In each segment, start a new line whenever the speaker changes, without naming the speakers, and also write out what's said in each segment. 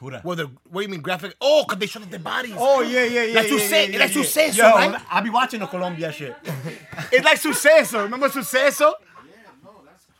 Who that?
Well, the what do you mean graphic? Oh, cause they showed up their bodies.
Oh yeah, yeah, yeah.
That's
yeah,
suce-
yeah, yeah,
that's
yeah.
suceso,
Yo,
right?
I be watching the Colombia shit.
it's like sucesso. Remember sucesso?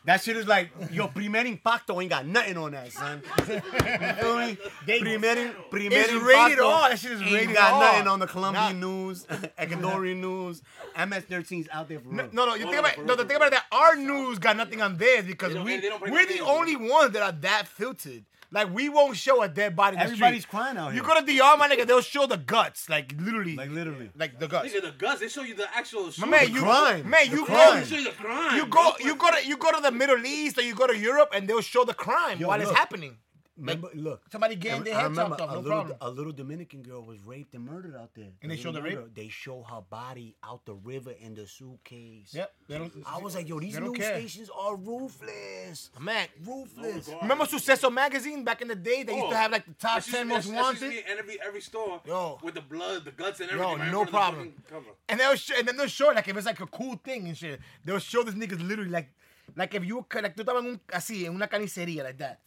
That shit is like your primer impacto ain't got nothing on that, son. You feel me? Primer, primer
It's
impacto
rated R. That shit is
ain't
rated
got
R.
nothing on the Colombian news, Ecuadorian news. MS13's out there for real.
No, no. You think about no. The thing about that, our news got nothing on theirs because
don't-
we
they don't bring
we're
up
the
theirs,
only ones that are that filtered. Like we won't show a dead body. in the street.
Everybody's crying out
You
here.
go to DR, my nigga, they'll show the guts, like literally,
like literally.
like the guts.
Nigga, the guts, they show you the actual
My
shoot.
man,
the
you
crime.
man,
The
you
They
crime.
go,
show you the crime.
you go,
bro.
you go to you go to the Middle East or you go to Europe, and they'll show the crime
Yo,
while it's
look.
happening. Like,
Remember, look.
somebody getting
I-
their
I
head
remember
chopped off,
a
no
little,
problem.
A little Dominican girl was raped and murdered out there.
And they
A
show the
little
rape?
girl. They show her body out the river in the suitcase.
Yep, they don't-
I was like, yo, these
they don't
news
care.
stations are ruthless.
man,
Ruthless.
remember Sucesso magazine back in the day? They used
Oh.
to have like the top
That's just-
ten
that's-
most
that's just
wanted.
me in every every store
Yo.
with the blood, the guts, and
Yo,
everything. right in
no
front of the
problem.
fucking cover.
And they'll show, and then they'll show like if it's like a cool thing and shit. They'll show this niggas literally like, like if you were ca- like tú estabas en un, así en una carnicería like that.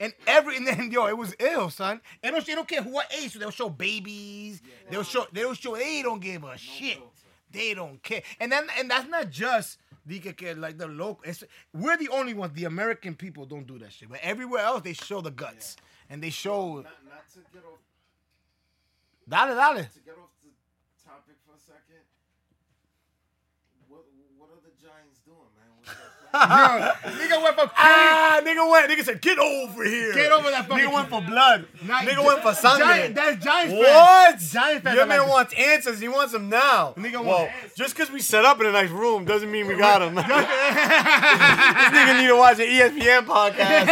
And every and then yo, it was ill, son. They don't, they don't care who what age. So they'll show babies. They'll show they don't show they don't give a shit. They don't care. And then and that's not just the que- que- like the local. It's, we're the only ones. The American people don't do that shit. But everywhere else, they show the guts and they show.
Not, not to get off
Dale, dale.
to get off the topic for a second. What what are the Giants doing, man? What's that
Nigga went from
Ah, nigga went. Nigga said, get over here.
Get over that fucking-
Nigga went for blood.
Not-
nigga went for something.
Giant, that's Giants fans.
What?
Giants fans
Your
are
man
like-
wants answers. He wants them now.
Nigga
well,
wants
just because we set up in a nice room doesn't mean we got him. this nigga need to watch an E ESPN podcast.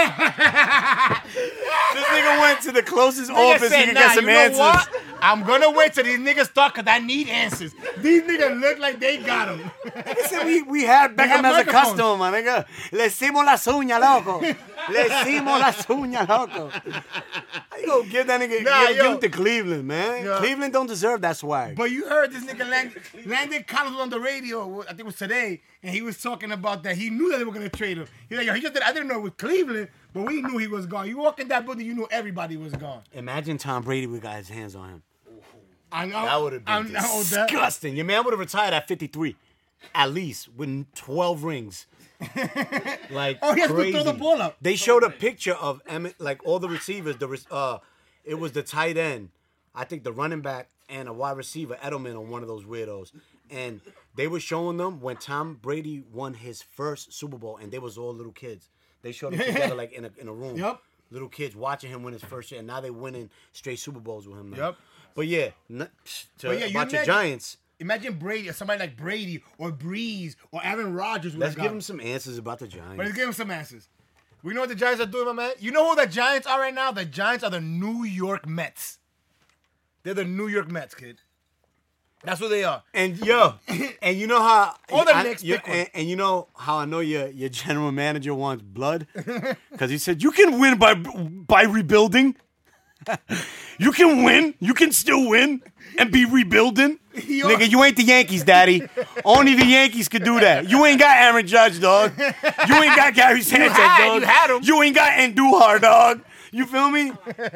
this nigga went to the closest office he
said,
could
"Nah,
get some
you know
answers.
what? I'm gonna wait till these niggas talk because I need answers. These niggas look like they got them.
Nigga said we, we had Beckham
have
as a
microphones.
custom, my nigga. Le hicimos la suña, loco. Le hicimos la suña, loco. How you gonna give that nigga,
Nah,
give, give
yo.
him to Cleveland, man?
Yeah.
Cleveland don't deserve that swag.
But you heard this nigga Land- Landon Collins was on the radio, I think it was today, and he was talking about that. He knew that they were gonna trade him. He's like, yo, he just did, I didn't know it was Cleveland, but we knew he was gone. You walk in that building, you knew everybody was gone.
Imagine Tom Brady would got his hands on him.
I know.
That would have
I
been
know that.
disgusting. Your man would have retired at 53, at least with 12 rings. like
Oh, he has to
crazy.
throw the ball up.
They showed a picture of Emmett, like all the receivers. The re- uh, it was the tight end, I think the running back and a wide receiver, Edelman, on one of those weirdos. And they were showing them when Tom Brady won his first Super Bowl, and they was all little kids. They showed them together like in a in a room.
Yup.
Little kids watching him win his first year, and now they winning straight Super Bowls with him. Now.
Yup.
But yeah, n- psh, to
But yeah, you
about your
imagine-
Giants.
Imagine Brady or somebody like Brady or Breeze or Aaron Rodgers. would
Let's
have
give
gone.
him some answers about the Giants.
But let's give him some answers. We know what the Giants are doing, my man. You know who the Giants are right now? The Giants are the New York Mets. They're the New York Mets, kid. That's who they are.
And yo, and you know how
Or the
I-
next
you-
big one.
and, and you know how I know your your general manager wants blood because he said you can win by by rebuilding. you can win. You can still win and be rebuilding.
Yo.
Nigga, you ain't the Yankees, daddy. Only the Yankees could do that. You ain't got Aaron Judge, dog. You ain't got Gary Sanchez,
had-
dog.
you had 'em.
You ain't got Andujar, dog. You feel me?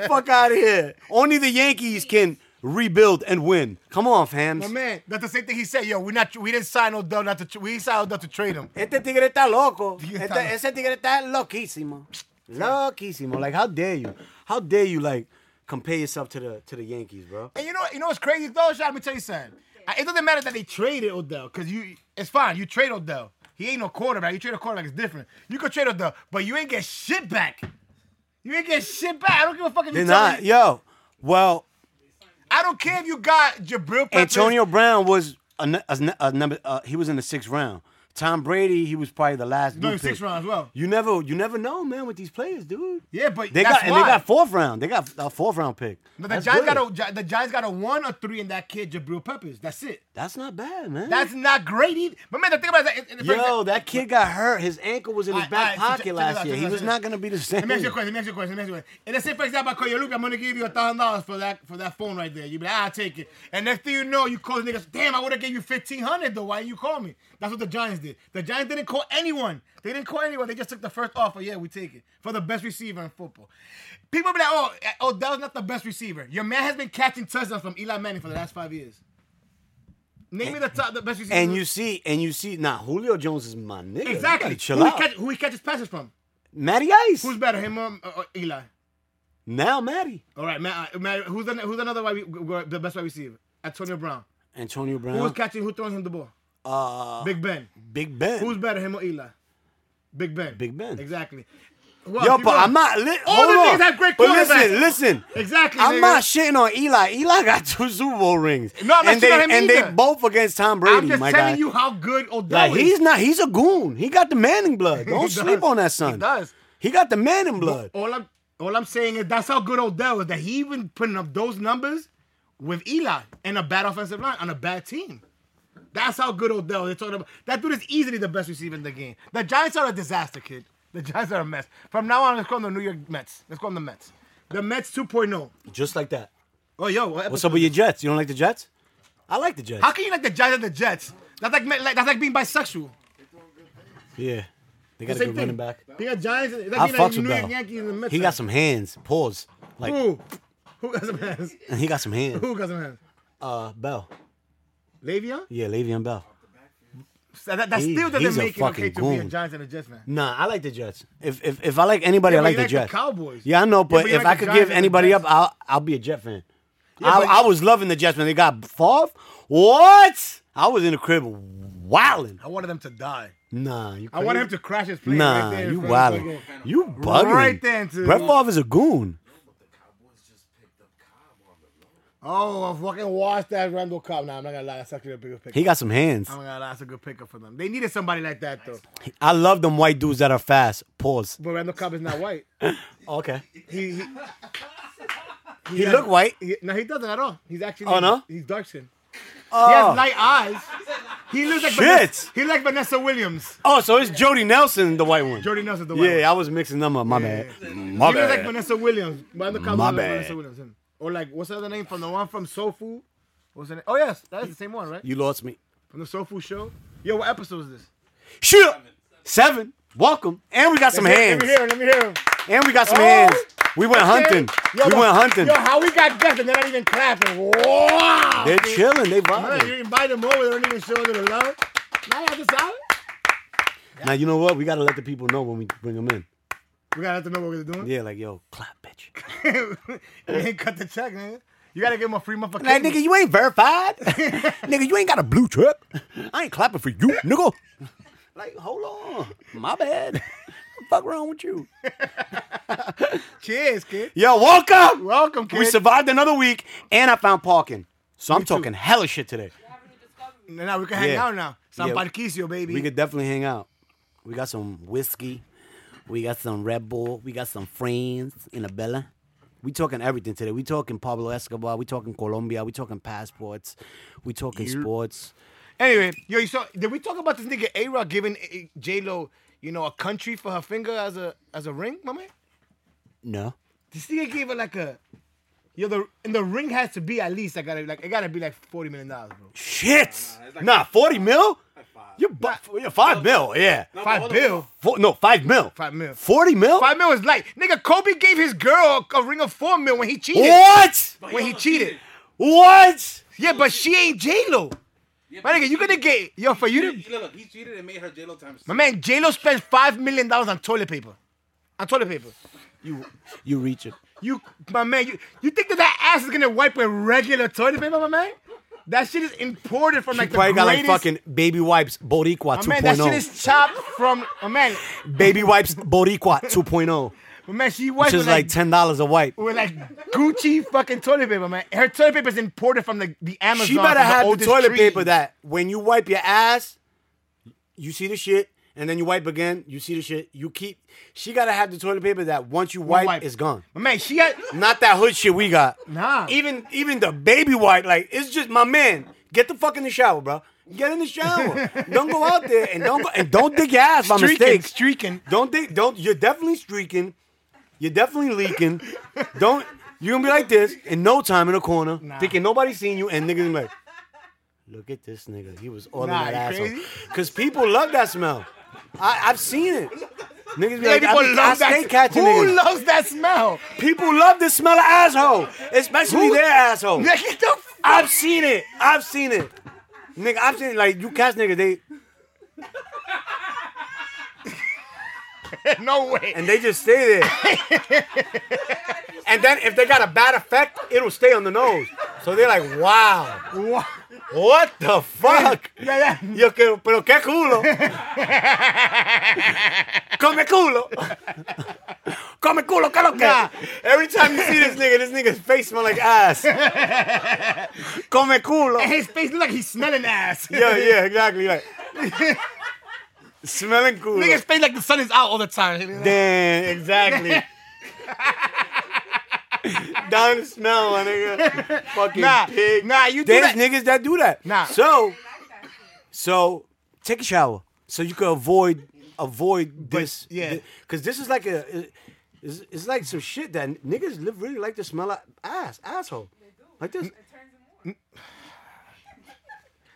Fuck out of here. Only the Yankees can rebuild and win. Come on, fams.
My man, that's the same thing he said. Yo, we not we didn't sign Odell not to tr- we signed Odell to trade him.
Este tigre está loco.
Tigre
Este-
está loco.
ese tigre está loquísimo. Loquísimo. Like, how dare you? How dare you, like, compare yourself to the to the Yankees, bro?
And you know you know what's crazy though? Shot, let me tell you something. Uh, It doesn't matter that they traded Odell, cause you it's fine. You trade Odell. He ain't no quarterback. You trade a quarterback, it's different. You could trade Odell, but you ain't get shit back. You ain't get shit back. I don't give a fuck if
They're
you tell
not.
me.
Yo, well,
I don't care if you got Jabril Peppers.
Antonio Brown was a, nu- a nu- a number. Uh, he was in the sixth round. Tom Brady, he was probably the last.
No,
new
six
pick.
rounds, well.
You never, you never know, man, with these players, dude.
Yeah, but
They
that's
got and
why.
they got fourth round. They got a fourth round pick.
But the
That's
Giants
good.
got a Gi- the Giants got a one or three in that kid Jabril Peppers. That's it.
That's not bad, man.
That's not great either. But man, the thing about that, it- it- for
Yo,
exa-
that kid got hurt. His ankle was in his
Alright, alright, so
back
check-
pocket
check this out,
last year.
check
He
this
was
out.
not gonna be the
Let me ask you a
same.
question. Let me ask you a question. Let me ask you a question. And let's say, for example, I call you, look, I'm gonna give you a thousand dollars for that for that phone right there. You be like, I'll take it. And next thing you know, you call the niggas, damn, I would have gave you fifteen hundred though. Why didn't you call me? That's what the Giants did. did. The Giants didn't call anyone. They didn't call anyone. They just took the first offer. Yeah, we take it for the best receiver in football. People be like, oh, oh, that was not the best receiver. Your man has been catching touchdowns from Eli Manning for the last five years. Name me the top, the best receiver.
And you see, and you see, nah, Julio Jones is my nigga. You
Mm-hmm. exactly
gotta Chill
who,
out.
He catch, who he catches passes from.
Matty Ice.
Who's better, him or, or Eli?
now Matty.
All right, Matt, uh, Matt who's the, who's another wide, re- the best wide receiver? Antonio Brown.
Antonio Brown.
Who's catching? Who throwing him the ball?
uh,
Big Ben.
Big Ben.
Who's better, him or Eli? Big Ben.
Big Ben.
Exactly.
Yo, but I'm not. Li-
All
hold
the
on.
niggas have great
But
quarterbacks.
listen, listen.
Exactly,
I'm
nigga.
not shitting on Eli. Eli got two Super Bowl rings.
No, I'm not
and they,
shitting on him
And
either.
they both against Tom Brady.
I'm just
my
telling
guy.
you how good Odell
Like
is.
he's not. He's a goon. He got the Manning blood. Don't
does.
sleep on that son.
He does.
He got the Manning blood.
all I'm all I'm saying is that's how good Odell is that he even putting up those numbers with Eli and a bad offensive line on a bad team. That's how good Odell. They're talking about that dude is easily the best receiver in the game. The Giants are a disaster, kid. The Giants are a mess. From now on, let's call them the New York Mets. Let's call them the Mets. The Mets 2.0.
Just like that.
Oh yo, what
What's
episode-
up with your Jets? You don't like the Jets? I like the Jets.
How can you like the Giants and the Jets? That's like, like that's like being bisexual.
Yeah. They got a
Same
good
thing.
running back.
Being a Giants, that's
I
like
fucks
New
with
York
Bell.
Yankees and the Mets.
He got some hands. Pause. Like
Who? Who got some hands?
he got some hands.
Who got some hands?
Uh, Bell.
Le'Veon.
Yeah, Le'Veon Bell.
So that, that
He-
still doesn't
he's a
make it okay
fucking
to be a
goon.
Giants and a Jets fan.
Nah, I like the Jets. If if, if I like anybody,
Yeah,
I
but
like
you
the
like the
Jets.
Cowboys.
Yeah, I know,
but
but
you
if
like
I
the
could give
Giants and the
anybody up,
Jets.
I'll I'll be a Jet fan. I,
but-
I was loving the Jets when they got Favre. What? I was in the crib wilding.
I wanted them to die.
Nah, you
I
crazy?
wanted him to crash his plane right
Nah,
there. in
you
front of the
wildin'.
fucking-
You bugging.
Right there into-
Brett Favre is a goon.
Oh, I fucking watched that Randall Cobb. Nah, I'm not gonna lie. That's actually a bigger pickup.
He got some hands.
I'm not gonna lie. That's a good pickup for them. They needed somebody like that though.
I love them white dudes that are fast. Pause.
But Randall Cobb is not white.
Okay.
He he,
He look white.
he no, he doesn't at all. He's actually
Oh, no?
he's dark skin. He has
Oh.
light eyes. He looks like
Shit.
Vanessa, he looks like Vanessa Williams.
Oh, so it's Jody Nelson, the white one.
Jordy Nelson's the white one.
Yeah, I was mixing them up. My
Yeah.
bad. My
He looks like
bad.
Vanessa Williams. But the cover
My
looks like
bad.
Vanessa Williams. him. Or like, what's the other name from the one from Soul Food? What's the name? Oh, yes. That is the same one, right?
You lost me.
From the Soul Food show. Yo, what episode is this?
Shoot. Seven. Welcome. And we got some
Let me-
hands.
Let me hear him. Let me hear him.
And we got some
Oh,
hands. We went hunting.
Okay.
we
but-
went hunting.
Yo, how we got guests and they're not even clapping. Wow.
They're chilling. They
Man, you
vibing.
invite them over. They don't even show a little love. Now that's solid.
Now you know what? We gotta let the people know when we bring them in.
We gotta let them know what we're doing.
Yeah, like yo, clap, bitch.
you ain't cut the check, man. You gotta give them a free motherfucker.
Like nigga, you ain't verified. nigga, you ain't got a blue check. I ain't clapping for you, nigga. Like, hold on. My bad. Fuck wrong with you?
Cheers, kid.
Yo, welcome.
Welcome, kid.
We survived another week, and I found parking. So I'm talking hella shit today.
Now we can hang
Yeah.
out now. San
Yeah.
Patricio, baby.
We could definitely hang out. We got some whiskey. We got some Red Bull. We got some friends in the belly. We talking everything today. We talking Pablo Escobar. We talking Colombia. We talking passports. We talking sports.
Anyway, yo, you saw? Did we talk about this nigga A Rod giving J Lo, you know, a country for her finger as a as a ring, my man?
No.
This nigga gave her like a, yo, the and the ring has to be at least I gotta like it gotta be like forty million dollars, bro.
Shit.
Nah, nah, it's like-
nah, forty mil.
five.
You bu- yeah, five mil. Yeah.
No,
Five
hold on.
bill,
Four, no, five mil.
Five mil.
Forty mil.
five mil is light. Nigga, Kobe gave his girl a, a ring of four mil when he cheated.
What?
But
When he
also
cheated.
What?
Yeah, but she ain't J Lo.
Yeah,
My
but
nigga,
he
you gonna
cheated.
get yo for you
He
to
cheated- Look, look, he cheated and made her J Lo times.
my man J Lo spent five million dollars on toilet paper, on toilet paper.
You, you reaching?
You, my man, you, you think that that ass is gonna wipe with regular toilet paper, my man? That shit is imported from
She
like the
probably
greatest.
got like fucking oh. baby wipes
my
Boricua 2.0.
man, that shit is chopped from. My man,
Baby wipes Boricua 2.0,
my man, she
which
wiped
is
with
like
like,
ten dollars a wipe.
with like Gucci fucking toilet paper, man. Her toilet paper is imported from the the Amazon.
She better
from the
have the
oldest
toilet
trees.
paper that when you wipe your ass, you see the shit, and then you wipe again, you see the shit. You keep. She gotta have the toilet paper that once you wipe,
wipe.
it's gone.
My man, she had
Not that hood shit we got.
Nah.
Even even the baby wipe, like it's just my man. Get the fuck in the shower, bro. Get in the shower. don't go out there and don't go, and don't dig your ass by
streaking,
mistake.
streaking.
Don't think don't you're definitely streaking. You're definitely leaking. Don't you're gonna be like this in no time in a corner,
Nah.
thinking nobody's seen you and niggas gonna be like Look at this nigga. He was all
Nah,
in that
you
asshole.
crazy?
Cause people love that smell. I, I've seen it. Niggas be
Yeah,
like, I,
people
be, I
love
stay
that.
catching
Who
niggas.
loves that smell?
people love the smell of asshole, especially
Who-
their asshole.
Like, get the f-
I've seen it. I've seen it. Nigga, I've seen it. Like you catch niggas, they
no way.
and they just stay there. and then if they got a bad effect, it'll stay on the nose. So they're like, wow,
Wha-
what the fuck?
Yeah, yeah.
Yo que, pero qué culo. Come culo. Come culo, que lo que.
Nah.
Every time you see this nigga, this nigga's face smell like ass. Come culo.
And his face look like he's smelling ass.
Yeah, yeah, exactly. Like smelling culo.
Nigga's face like the sun is out all the time.
Damn, exactly. Down to smell, my nigga. Fucking
Nah,
pig.
nah, you do
There's
that.
niggas that do that.
Nah.
So, so take a shower so you can avoid avoid this.
yeah.
Because this is like a, it's, it's like some shit that niggas live really like to smell of ass asshole, like this.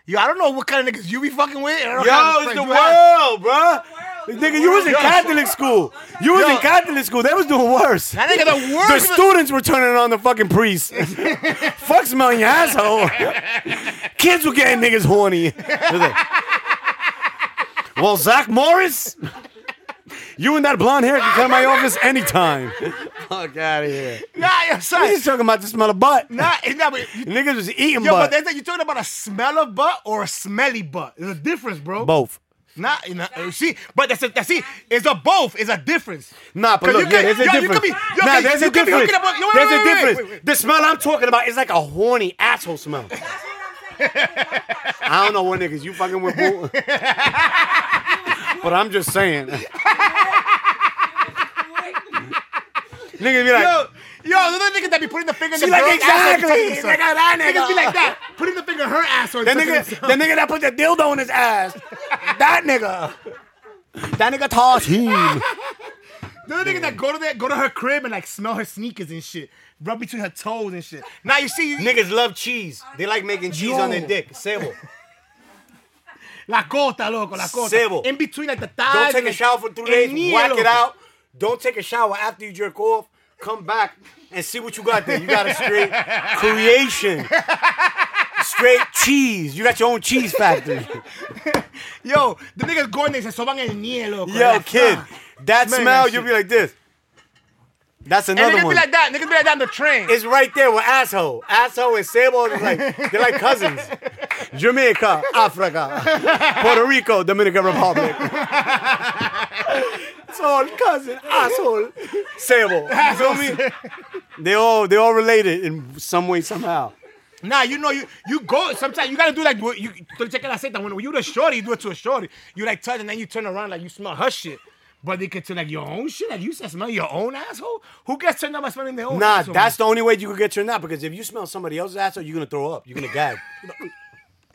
Yo, I don't know what kind of niggas you be fucking with. and I don't know how
Yo,
to
it's
explain.
the
You have-
world, bruh.
world.
Nigga, you was in
Yo.
Catholic school. You was in
Yo.
Catholic school. They was doing worse.
That nigga the worst.
The students were turning on the fucking priest. Fuck smelling your asshole. Kids were getting niggas horny. It was like, well, Zach Morris, you and that blonde hair can come to my office anytime. Fuck out of here.
nah, yo, son.
Niggas talking about the smell of butt.
Nah, it's not. But you,
Niggas was eating
yo, but
butt.
that's like you're talking about a smell of butt or a smelly butt. There's a difference, bro.
Both.
Nah, you know, you see, but that's a, that's see, it's a both. It's a difference.
Nah, but
'Cause
look,
you
yeah,
could-
there's
yo,
a
you
difference.
could be- yo,
nah,
okay,
there's
you
a
could be
difference.
hooking up with- yo, wait,
there's
wait,
a
wait, wait,
difference.
wait, wait.
The smell I'm talking about is like a horny asshole smell. I don't know what niggas you fucking with, boo. but I'm just saying. niggas be like,
Yo, yo, those are the niggas that be putting the finger in
she
the
like
girl's ass and
exactly.
touching
Nigga,
themselves.
that nigga.
Niggas be like that, putting the finger in her ass or
The nigga, the nigga that put the dildo in his ass. That nigga. That nigga toss him.
The other niggas that go to that, go to her crib and like smell her sneakers and shit, rub between her toes and shit. Now you see, you,
Niggas love cheese. They like making cheese on their
Yo.
dick. Sable.
la cota, loco, la cota.
Sebo.
In between like the thighs.
Don't take
and
a
the-
shower for three
and
days.
knee,
Whack it
loco.
out. Don't take a shower after you jerk off. Come back and see what you got there. You got a straight creation. Straight cheese. You got your own cheese factory.
Yo, the niggas go in there and se soban el nie, loco.
Yo,
Like,
kid,
nah.
that
Man,
smell,
that
you'll
shit.
be like this. That's
And
another
niggas
one.
be like that. Niggas be like that on the train.
it's right there with asshole. Asshole and Sable is like they're like cousins. Jamaica, Africa, Puerto Rico, Dominican Republic. it's all cousin, asshole, Sable. You feel me? They all they all related in some way somehow.
Nah, you know, you you go sometimes you gotta do like what you tú check la seta. When you the shorty, you do it to a shorty. You like touch and then you turn around like you smell her shit. But they could turn like your own shit. Like you said, smell your own asshole. Who gets turned on by smelling their own?
Nah,
asshole?
that's the only way you could get turned out because if you smell somebody else's asshole, you're gonna throw up. You're gonna gag.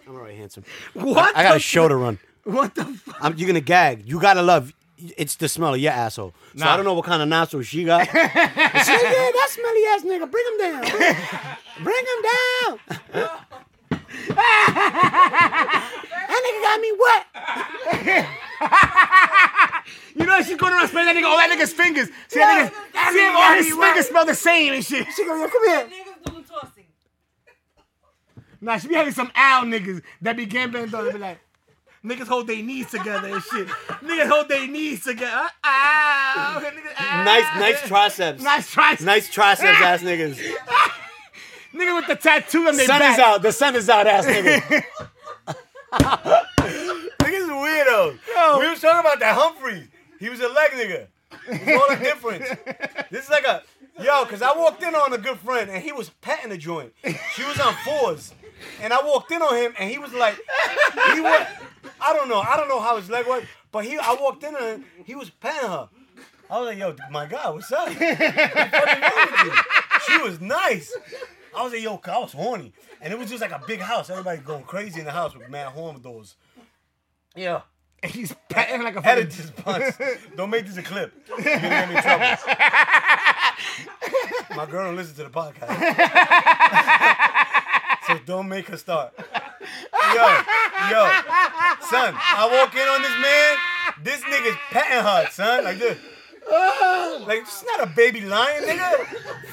I'm alright, handsome.
what.
I got a
the-
show to run.
What the fuck?
I'm, you're gonna gag. You gotta love. It's the smell of your asshole. So I
Nah.
don't know what kind of nostrils she got. She's like, yeah, that smelly ass nigga. Bring him down. Bring, bring him down. that nigga got me wet.
You know she's going around smelling that nigga, all that nigga's fingers. See that nigga,
Yeah,
see him, all his
yeah,
fingers smell the same and shit.
She goes, yo, come here.
Nah, she be having some owl niggas that be gambling though. They be like, niggas hold their knees together and shit. Niggas hold their knees together. Ah, ah, niggas, ah.
Nice, nice triceps.
Nice try.
Nice triceps, ass niggas.
Nigga with the tattoo on their
Sun
back.
is out. The sun is out, ass niggas. niggas weirdos.
Yo.
We was talking about that Humphreys. He was a leg nigga. It's all the difference. This is like a yo, cause I walked in on a good friend and he was petting the joint. She was on fours, and I walked in on him and he was like, he was, I don't know, I don't know how his leg was, but he, I walked in on him, he was petting her. I was like, yo, my God, what's up? What's fucking wrong with you? She was nice. I was like, yo, 'cause I was horny. And it was just like a big house. Everybody going crazy in the house with mad horn doors.
Yeah. And he's patting like a
Edit
fucking.
this punch. Don't make this a clip. You're gonna get me in trouble. My girl don't listen to the podcast. so don't make her start. yo, yo, son, I walk in on this man, this nigga's patting her, son, like this. Like, she's not a baby lion, nigga.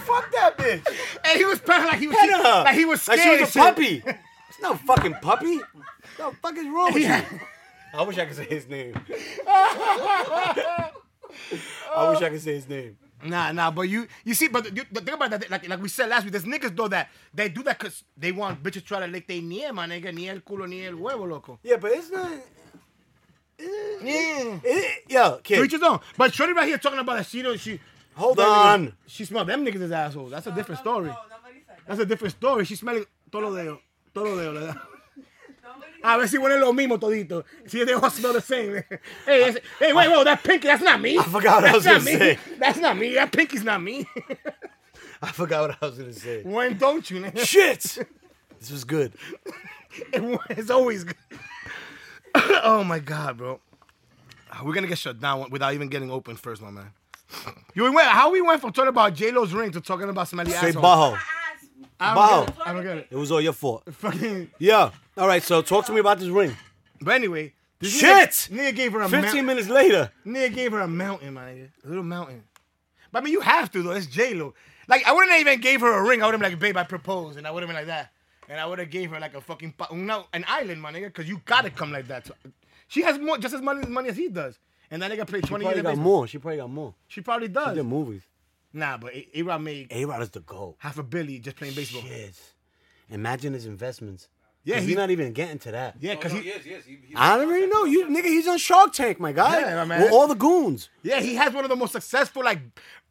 Fuck that bitch.
And he was patting like he was
Pat her.
like he was scared.
Like she was a
and shit.
puppy. It's no fucking puppy. No fuck is wrong with you? I wish I could say his name. I wish I could say his name.
Nah, nah, but you you see, but you, but think about that. Like like we said last week, there's niggas though that they do that cause they want bitches try to lick their nie, my nigga, ni el culo ni el huevo, loco.
Yeah, but it's not.
Yeah.
It, yo,
To
kid,
each his own. But Shorty right here talking about that she don't she
hold
them
on.
niggas- She smell them niggas as assholes. That's a different
no,
story.
No, nobody said that.
That's a different story. She's smelling todo de todo de ¿verdad?
Nobody said
A ver si huelen lo mismo todito. See if they all smell the same. hey, it's- hey, wait, wait, that pinky, that's not me. I
forgot what I
that's
was
not
gonna
me.
say.
That's not me. That pinky's not me.
I forgot what I was gonna say.
when don't you? nigga?
Shit. This was good.
It's always good. oh my god, bro. We're gonna get shut down without even getting open first, my man. You went how we went from talking about J Lo's ring to talking about smelly
Say
assholes.
Bajo.
I
Bajo.
don't get it. I don't get it.
It was all your fault.
Fucking.
Yeah. All right. So talk to me about this ring.
But anyway, this
Shit!
Nigga, nigga gave her a
Fifteen
mountain.
minutes later.
Nigga gave her a mountain, my nigga. A little mountain. But I mean, you have to though. It's J Lo. Like I wouldn't have even gave her a ring. I would have been like, babe, I propose, and I would have been like that, and I would have gave her like a fucking pa- no, an island, my nigga, because you gotta come like that. to- She has more, just as much money as he does, and that nigga played
She
twenty years.
probably
in
got
baseball.
more. She probably got more.
She probably
She did
does.
movies.
Nah, but A Rod made
A Rod is the goat.
half a billion just playing baseball.
Shit. Imagine his investments.
Yeah,
Yeah, he's
he-
not even getting to that.
Yeah, cause
Oh, no,
he,
yes, yes. He, he,
I don't really know. You nigga, he's on Shark Tank, my guy.
Yeah, my man.
With all the goons.
yeah, he has one of the most successful like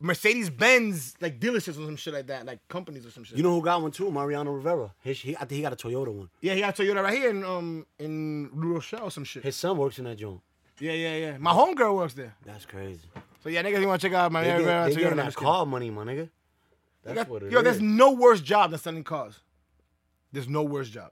Mercedes Benz like dealerships or some shit like that, like companies or some shit.
You know who got one too? Mariano Rivera. His, he, I think he got a Toyota one.
Yeah, he got Toyota right here in um in New Rochelle or some shit.
His son works in that joint.
yeah, yeah, yeah. My homegirl works there.
That's crazy.
So Oh, yeah, niggas, you wanna check out my
They,
Toyota?
get, they getting
I'm
that
just
car money, my nigga. That's
kidding.
what it is.
Yo, there's no worse job than selling cars. There's no worse job.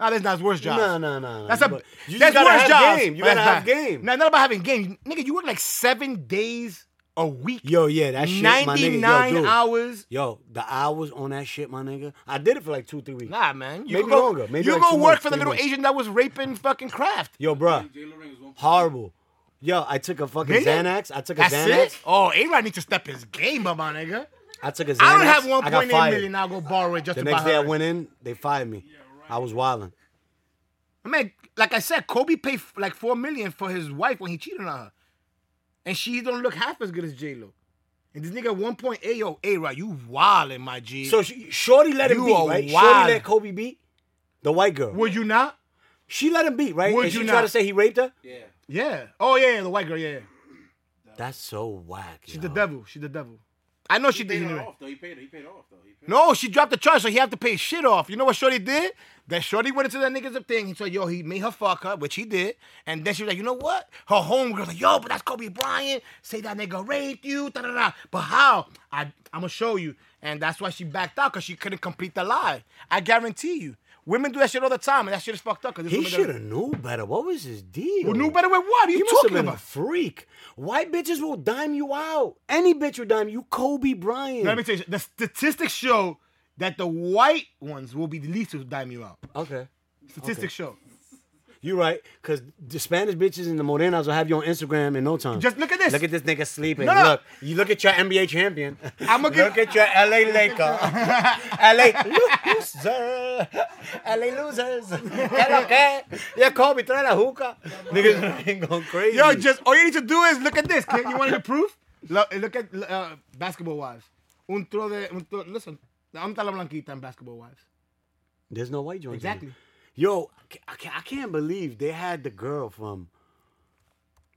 Nah, there's not worse job.
No, no, no. no.
That's a
But you
that's
just gotta
worse
have
jobs,
game. You
but
gotta
that's
have
not-
game.
Nah, not about having game. Nigga, you work like seven days a week.
Yo, yeah, that shit, my nigga. Yo,
99
dude.
hours.
Yo, the hours on that shit, my nigga. I did it for like two, three weeks.
Nah, man. You
Maybe
could go,
longer. Maybe
you
like
go
two
work
months,
for the
three
little
months.
Asian that was raping fucking craft.
Yo, bruh,
Jalen Ring is one.
horrible. Yo, I took a fucking
Really?
Xanax. I took a
That's
Xanax.
it? Oh, A-Rod needs to step his game up, my nigga.
I took a Xanax.
I don't have
I got
1.8
fired.
million. I'll go borrow it just
The
to
next
buy
day I
her.
went in, they fired me. I was wilding.
I mean, like I said, Kobe paid f- like four million for his wife when he cheated on her, and she don't look half as good as J Lo. And this nigga 1.8 yo A right, you wildin' my G.
So she, Shorty let him
You
beat,
are
right?
wild.
Shorty let Kobe beat the white girl.
would you not?
she let him beat, right?
Would
and
you
she
not?
tried to say he raped her.
Yeah.
Yeah. Oh yeah, yeah, the white girl. Yeah, yeah.
That's so whack. She's
she's the devil. She's the devil. I know she
He paid
didn't.
her
even-
off though. He paid. He paid off though. He paid
No, she dropped the charge, so he had to pay shit off. You know what Shorty did? That Shorty went into that nigga's thing. He said, yo, he made her fuck her, which he did. And then she was like, you know what? Her homegirl's like, yo, but that's Kobe Bryant. Say that nigga raped you, da da da. But how? I, I'm gonna show you. And that's why she backed out, because she couldn't complete the lie. I guarantee you. Women do that shit all the time, and that shit is fucked up. 'cause there's
He
women that-
should have knew better. What was his deal?
Who knew better with what? Are you
He must have
talking
been
about?
a freak. White bitches will dime you out. Any bitch will dime you. Kobe Bryant.
Let me tell you, the statistics show that the white ones will be the least to dime you out.
okay.
Statistics show.
You right, cause the Spanish bitches and the morenas will have you on Instagram in no time.
Just look at this.
Look at this nigga sleeping.
No, no.
Look, you look at your NBA champion.
I'ma give-
look at your LA Laker. LA loser. LA losers. Hello, cat. Yeah, Kobe, throw that hookah. Niggas ain't going crazy.
Yo, just all you need to do is look at this. Kid. You want the proof? Look, look at uh, basketball wives. Un tro de un tro, listen. I'm la blanquita in basketball wives.
there's no white joint.
Exactly.
Yo, I ca- I ca- I can't believe they had the girl from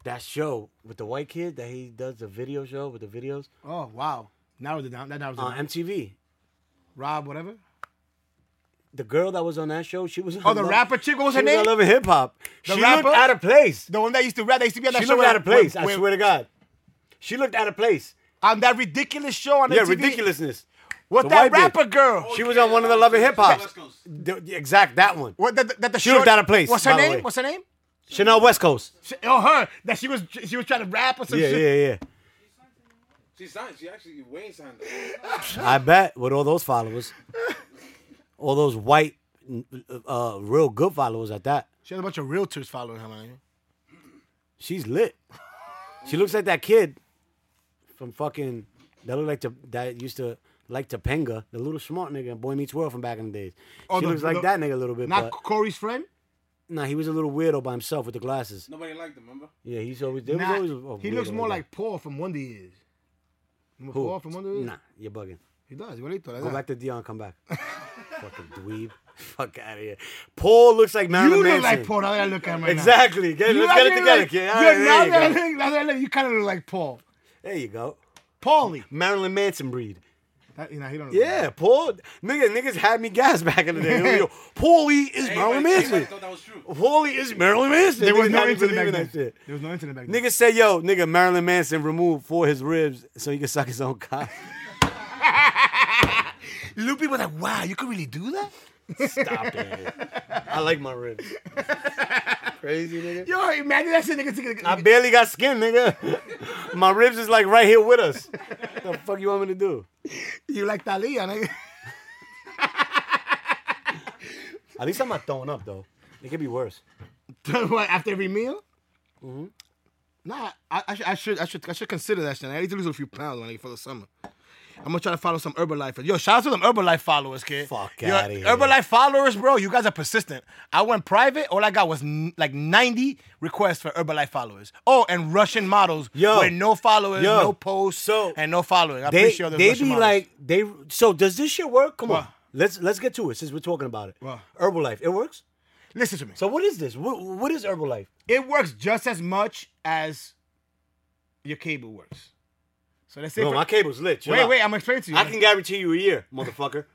that show with the white kid that he does the video show with the videos
Oh wow. Narrowed it down. That narrows it
on
down.
MTV.
Rob, whatever.
The girl that was on that show, she was.
Oh, the rapper chick. What was her
She was
name?
on Love and Hip Hop.
The
She
rapper?
looked out of place.
The one that used to rap. That used to be on that
She
show.
looked out of place.
where-
I swear to God, she looked out of place.
On that ridiculous show on
Yeah,
MTV.
ridiculousness.
What
The
that
white bitch.
rapper girl?
She was on one of the Love and Hip Hops.
West Coast.
The- the Exact that one.
What that, that- that the
She looked
short-
out of place,
What's her
by the
name?
way.
What's her name?
Chanel West Coast.
She, oh, her. That she was she was trying to rap or some
Yeah,
shit.
yeah,
She signed. She actually Wayne signed. Her.
yeah. I bet with all those followers, all those white uh, real good followers at that.
She has a bunch of realtors following her, man.
She's lit. She looks like that kid from fucking that looked like to, that used to like Topanga, the little smart nigga in Boy Meets World from back in the days.
Oh,
she
the-
looks like
the-
that nigga a little bit,
Not
but
Corey's friend.
nah, he was a little weirdo by himself with the glasses.
Nobody liked him, remember?
Yeah, he's always there
Nah,
was always a- a
he looks
weirdo
more
that.
like Paul from Wonder Years. Remember
Who?
Paul from Wonder Years?
Nah, you're bugging.
He does. Igualito. like
Go
that.
back to Dion, come back. Fucking dweeb. Fuck out of here. Paul looks like
You
Marilyn
look
Manson.
like Paul. Now that I look at him right now.
Exactly. Get,
You
let's get it
actually
together,
look-
kid.
you're-
All right,
now that I
there, you go.
look- now that I look, you kind of look like Paul.
there you go.
Paulie.
Marilyn Manson breed.
That, you know, he don't. look like
Yeah, Paul. Nigga, niggas had me gas back in the day. Yo, Paulie is Marilyn
Everybody, everybody
Manson.
thought that was true.
Paulie is Marilyn Manson.
that. There was
Niggas
no
had me
internet back
believing
then.
that shit.
There was no internet back then.
Niggas say, yo, nigga, Marilyn Manson removed four of his ribs so he could suck his own cock.
Little people like, wow, you could really do that?
Stop it. I like my ribs. Crazy, nigga.
Yo, imagine that shit, nigga. nigga,
I
nigga.
barely got skin, nigga. My ribs is like right here with us. the fuck you want me to do?
You like Talia, nigga.
At least I'm not throwing up though. It could be worse.
what, after every meal?
Mm-hmm.
Nah, I, I, should, I should, I should, I should consider that shit. I need to lose a few pounds when I for the summer. I'm gonna try to follow some Herbalife. Yo, shout out to them Herbalife followers, kid.
Fuck
Yo,
outta here.
Herbalife followers, bro. You guys are persistent. I went private. All I got was n- like 90 requests for Herbalife followers. Oh, and Russian models
Yo.
with no followers,
Yo.
no posts,
So,
and no following. I
They,
appreciate all those
they
Russian
be
models.
like they. So does this shit work? Come on,
What?
let's let's get to it since we're talking about it.
What?
Herbalife, it works.
listen to me.
So what is this? What, what is Herbalife?
it works just as much as your cable works. So let's say.
No,
for-
my cable's lit. chill
wait,
out.
wait, I'm explaining to you.
I can guarantee you a year, motherfucker.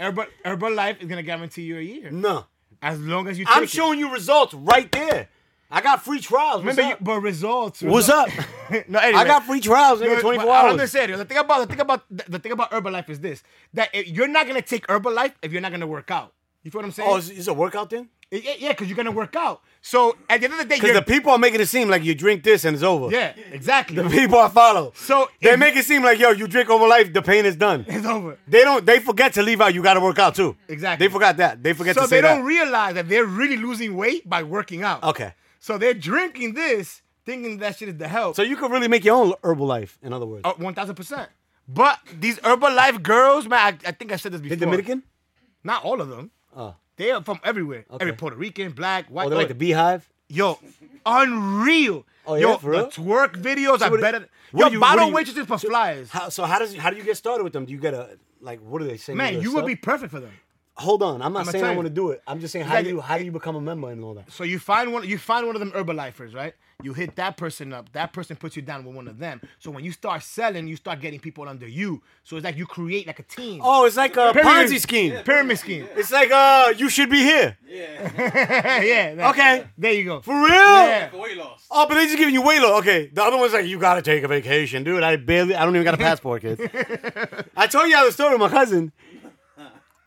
Herbal, Herbalife is gonna guarantee you a year
no,
as long as you. Take
I'm
it.
showing you results right there. I got free trials. What's
Remember, you,
up?
but results.
What's up?
no, anyway.
I got free trials nigga,
No,
24
but
hours.
I'm serious. The thing about the thing about the, the thing about Herbalife is this: that it- you're not gonna take Herbalife if you're not gonna work out. You feel what I'm saying?
Oh, is, is it a workout then?
yeah, yeah, because you're gonna work out. So at the end of the day,
Because
you're
the people are making it seem like you drink this and it's over.
yeah, exactly.
The people I follow.
So
they
if-
make it seem like yo, you drink over life, the pain is done.
it's over.
They don't. They forget to leave out. You got to work out too.
Exactly.
They forgot that. They forget
so
to say
they don't
that. Oh.
realize that they're really losing weight by working out.
okay.
So they're drinking this, thinking that shit is the help.
So you can really make your own herbal life. In other words,
Uh, one thousand percent. But these Herbalife girls, man, I, I think I said this
the
before.
Dominican.
Not all of them.
Oh.
They are from everywhere. Every
Okay.
Puerto Rican, black, white.
Oh, they're like
all-
the beehive.
Yo, unreal.
Oh,
Yo,
yeah, for real?
the twerk videos are
what-
better.
what
Yo,
do you- what do
bottle
you-
waitresses for flyers.
How, so how does how do you get started with them? Do you get a like? What do they say?
Man, you would be perfect for them.
Hold on, I'm not
I'ma
saying
tell
I
you.
want to do it. I'm just saying how
gotta
do you
get-
how do you become a member and all that?
So you find one, you find one of them Herbalifers, right? You hit that person up. That person puts you down with one of them. So when you start selling, you start getting people under you. So it's like you create like a team.
Oh, it's like a
Pyramid-
Ponzi scheme.
pyramid scheme.
It's like uh, you should be here.
yeah. that-
Okay.
There you go.
For real?
Yeah.
For weight loss.
Oh, but they just giving you way low. Okay, the other one's like, you gotta take a vacation, dude. I barely, I don't even got a passport, kid. I told you I was story with my cousin.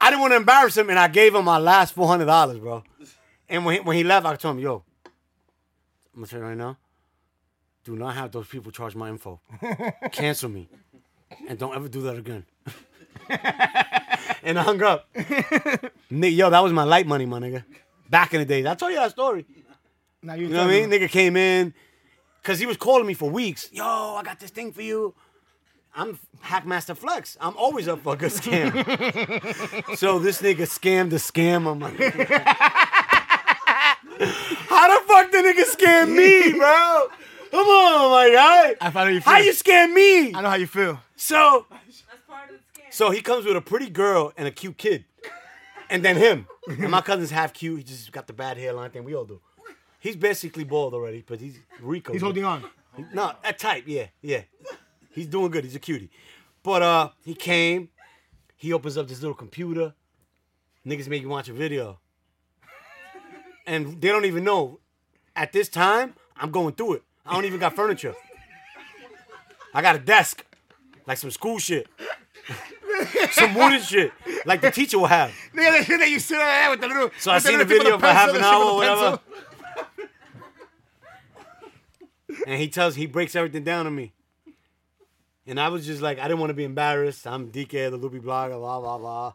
I didn't want to embarrass him, and I gave him my last four hundred dollars, bro. And when he, when he left, I told him, yo, I'm gonna tell you right now, do not have those people charge my info. Cancel me, and don't ever do that again. and I hung up. Ni- yo, that was my light money, my nigga. Back in the days, I told you that story.
Now you
You know what I mean? Nigga came in because he was calling me for weeks. Yo, I got this thing for you. I'm Hackmaster Flex. I'm always up for a good scam. so this nigga scammed the scam on my How the fuck the nigga scam me, bro? Come on, my guy.
I follow you.
How
feel.
you scam me?
I know how you feel.
So
That's part of the scam.
so he comes with a pretty girl and a cute kid. And then him. And my cousin's half cute. He just got the bad hairline thing. We all do. He's basically bald already, but he's Rico.
He's holding on.
No, that type, yeah, yeah. He's doing good. He's a cutie. But uh, he came. He opens up this little computer. Niggas make you watch a video. And they don't even know. At this time, I'm going through it. I don't even got furniture. I got a desk, like some school shit, some wooden shit, like the teacher will have.
Nigga, that shit that you sit on that with the little.
So I
with the
seen the
little tip
video
of
for half an
pencil, the shit
hour or
with the
whatever.
pencil.
and he tells he breaks everything down to me. And I was just like, I didn't want to be embarrassed. I'm DK, the loopy blogger, blah blah blah.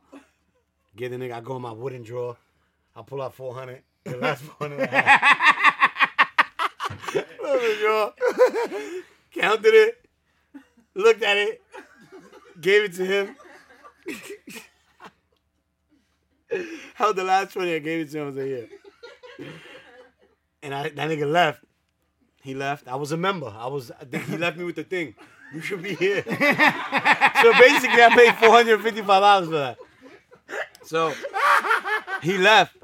Get the nigga. I go in my wooden drawer. I pull out four hundred. The last one. Counted it. Looked at it. Gave it to him. Held the last twenty. I gave it to him. I was like, yeah. And I, that nigga left. He left. I was a member. I was. He left me with the thing. You should be here. so basically, I paid four hundred fifty-five dollars for that. So he left.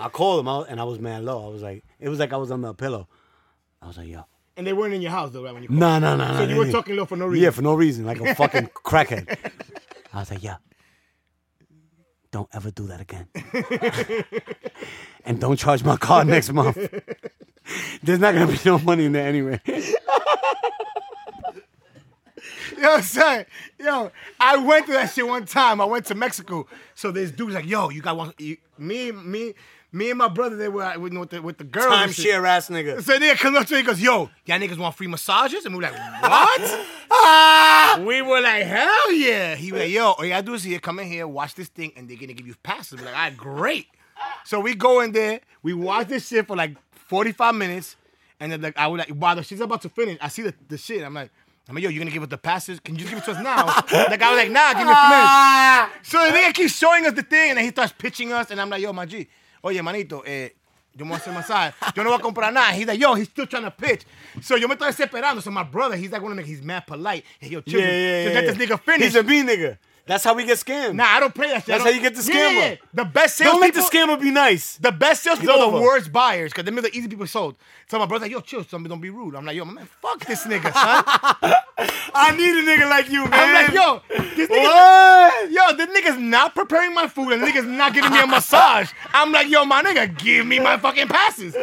I called him out, and I was man low. I was like, it was like I was under a pillow. I was like, yo,
And they weren't in your house though, right? When you called.
no, no, no, no.
So you were
no.
talking low for no
Yeah,
reason.
for no reason, like a fucking crackhead. I was like, yeah, don't ever do that again. and don't charge my card next month. There's not gonna be no money in there anyway.
Yo, son, yo, I went through that shit one time. I went to Mexico, so this dude's like, "Yo, you got one." You, me, me, me, and my brother, they were out with with the, with the girls. and shit.
Timeshare ass nigga.
So nigga comes up to me and goes, yo, y'all niggas want free massages? And we were like, what? we were like, hell yeah. He was like, yo, all y'all do is here, come in here, watch this thing, and they're gonna give you passes. We're like, all right, great. So we go in there, we watch this shit for like 45 minutes, and then like I was like, wow, the shit's about to finish. I see the, the shit. I'm like, I'm like, yo, you're gonna give us the passes? Can you just give it to us now? like I was like, nah, give me a minute. So the nigga keeps showing us the thing, and then he starts pitching us, and I'm like, yo, my G, oye, manito, eh, yo me voy a hacer masaje. Yo no voy a comprar nada. He's like, yo, he's still trying to pitch. So yo me estoy desesperando. So my brother, he's like one of the niggas, he's mad polite. Hey, yo, chill.
Yeah, yeah,
so
yeah.
let
yeah.
this nigga finish.
He's a B nigga. That's how we get scammed.
nah, I don't play that shit. I
That's
don't-
how you get the
Yeah,
scammer.
yeah, yeah. The best salespeople.
Don't let the scammer be nice.
The best salespeople
It's
are the
over.
worst buyers because them are the easy people sold. So my brother's like, yo, chill, somebody don't be rude. I'm like, yo, my man, fuck this nigga, son.
I need a nigga like you, man.
I'm like, yo, this nigga.
What?
Yo, the nigga's not preparing my food and the nigga's not giving me a massage. I'm like, yo, my nigga, give me my fucking passes.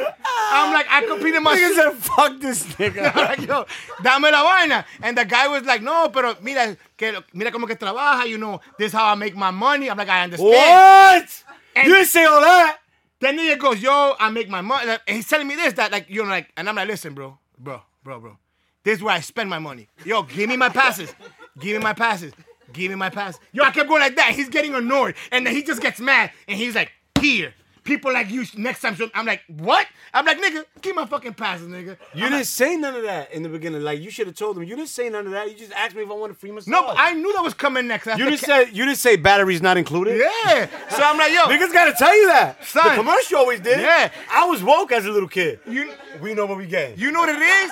I'm like, I completed my
Nigga
shit.
said, fuck this nigga.
I'm like, yo, dame la vaina. And the guy was like, no, pero mira, que, mira como que trabaja, you know, this is how I make my money. I'm like, I understand.
What?
And-
you didn't say all that.
That nigga goes, yo, I make my money. And he's telling me this, that, like, you know, like, and I'm like, listen, bro, bro, bro, bro. This is where I spend my money. Yo, give me my passes. Give me my passes. Give me my passes. Yo, I kept going like that. He's getting annoyed. And then he just gets mad. And he's like, here. People like you sh- next time. should-" I'm like, what? I'm like, nigga, give my fucking passes, nigga.
You didn't say none of that in the beginning. Like you should have told him. You didn't say none of that. You just asked me if I wanted free massage.
No, but I knew that was coming next.
You didn't say. You didn't say batteries not included.
Yeah. So I'm like, yo.
Niggas gotta tell you that.
Son.
The commercial always did.
Yeah.
I was woke as a little kid.
You,
We know what we get.
you know what it is?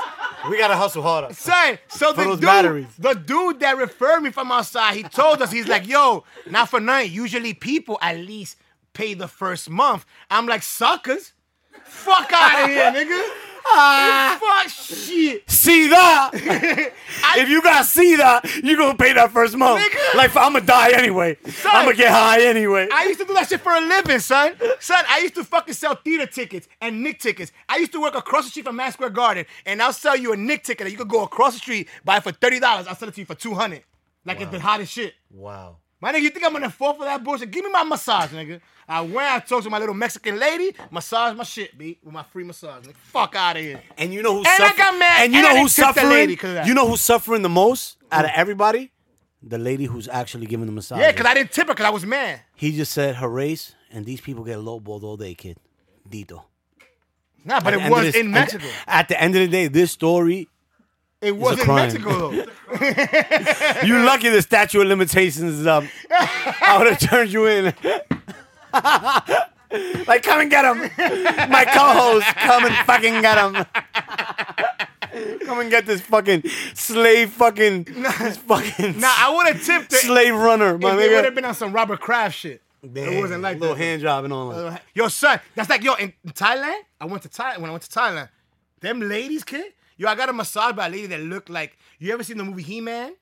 We gotta hustle harder.
Son, so the
those
dude,
batteries.
the dude that referred me from outside, he told us, he's like, yo, not for nothing. Usually people at least pay the first month. I'm like, suckers, fuck out of here, nigga. fuck shit.
See that? if you gotta see that, you gonna pay that first month.
Nigga.
Like I'ma die anyway. I'ma get high anyway.
I used to do that shit for a living, son. Son, I used to fucking sell theater tickets and Nick tickets. I used to work across the street from Mass Square Garden, and I'll sell you a Nick ticket that you could go across the street, buy it for $30. I'll sell it to you for 200 Like it's the hottest shit.
wow.
My nigga, you think I'm gonna fall for that bullshit? Give me my massage, nigga. I went, I talked to my little Mexican lady, massage my shit, B, with my free massage. Nigga. Fuck out of here.
And you know who's
And I
suffer-
got mad,
And you
and I
know
didn't
who's
tip the
suffering.
lady 'cause of that.
you know who's suffering the most out of everybody? The lady who's actually giving the massage.
Yeah, because I didn't tip her because I was mad.
He just said her race, and these people get lowballed all day, kid. Dito.
Nah, but
At the
it
end of
was
this-
in
at-
Mexico.
At the end of the day, this story,
It was
a
in
crime.
Mexico, though.
you lucky the statute of limitations is up. I would have turned you in. like, come and get him. My co-host, come and fucking get him. come and get this fucking slave fucking, this fucking
nah, I would have tipped her.
slave runner, my
if it would
nigga.
have been on some Robert Kraft shit. it wasn't like
little
that. Uh,
hand jobbing on. Like,
Yo, son, that's like yo in Thailand. I went to Thailand when I went to Thailand. Them ladies, kid. Yo, I got a massage by a lady that looked like you ever seen the movie He Man?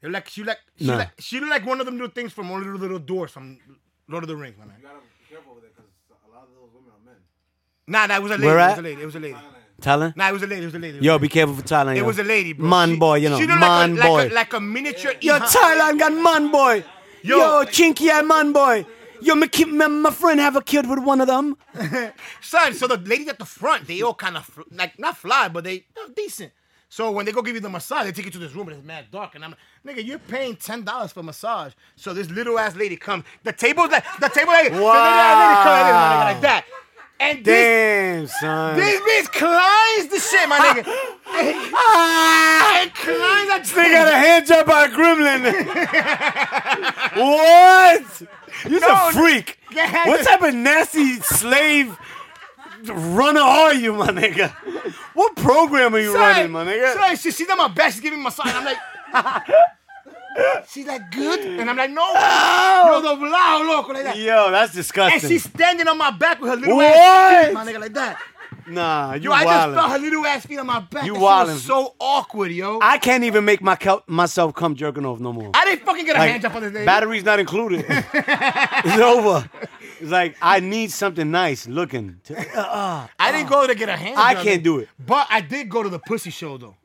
They're like she like she
Nah.
like she looked like one of them little things from one of the little doors from Lord of the Rings, my man.
You gotta be careful with it because a lot of those women are men.
Nah, nah, it was a lady.
Where
It
at?
was a lady. It was a lady.
Thailand?
Nah, it was a lady. It was a lady. it was a
Yo,
lady.
be careful for Thailand.
it
yo.
was a lady, bro.
Man
She-
boy, you know.
She looked
man
like a,
boy.
Like a, like a miniature.
Yo,
Ihan-
Thailand got man boy. Yo,
Uh-huh. Yo.
chinky eye man boy. Yo, my, kid, my, my friend have a kid with one of them.
son. So the ladies at the front, they all kind of like not fly, but they they're decent. So when they go give you the massage, they take you to this room and it's mad dark. And I'm like, nigga, you're paying ten dollars for massage. So this little ass lady comes. The table's like the table like the little ass lady comes like, that. And this
Damn, son.
this bitch climbs the shit, my nigga. It climbs that
Ah! They got a hand job by a gremlin. what? You're a freak.
Yeah.
What type of nasty slave runner are you, my nigga? What program are you running, my nigga?
Son, she, she's at my best. She's giving me massage. I'm like, she's like, good? And I'm like, no. Yo, doblado, loco, like that.
Oh! Yo, that's
And
disgusting.
she's standing on my back with her little
What?
ass feet, my nigga, like that.
Nah, you
Yo, I just felt
wildin'.
her little ass feet on my back.
You
You wildin'.
wildin'.
was so awkward, yo. I,
I can't even make my cal- myself come jerking off no more.
didn't fucking get a
Like,
hand job on this day.
batteries not included. it's over. It's like I need something nice looking. To,
I didn't go to get a hand
I
job,
can't
nigga.
do it.
But I did go to the pussy show, though.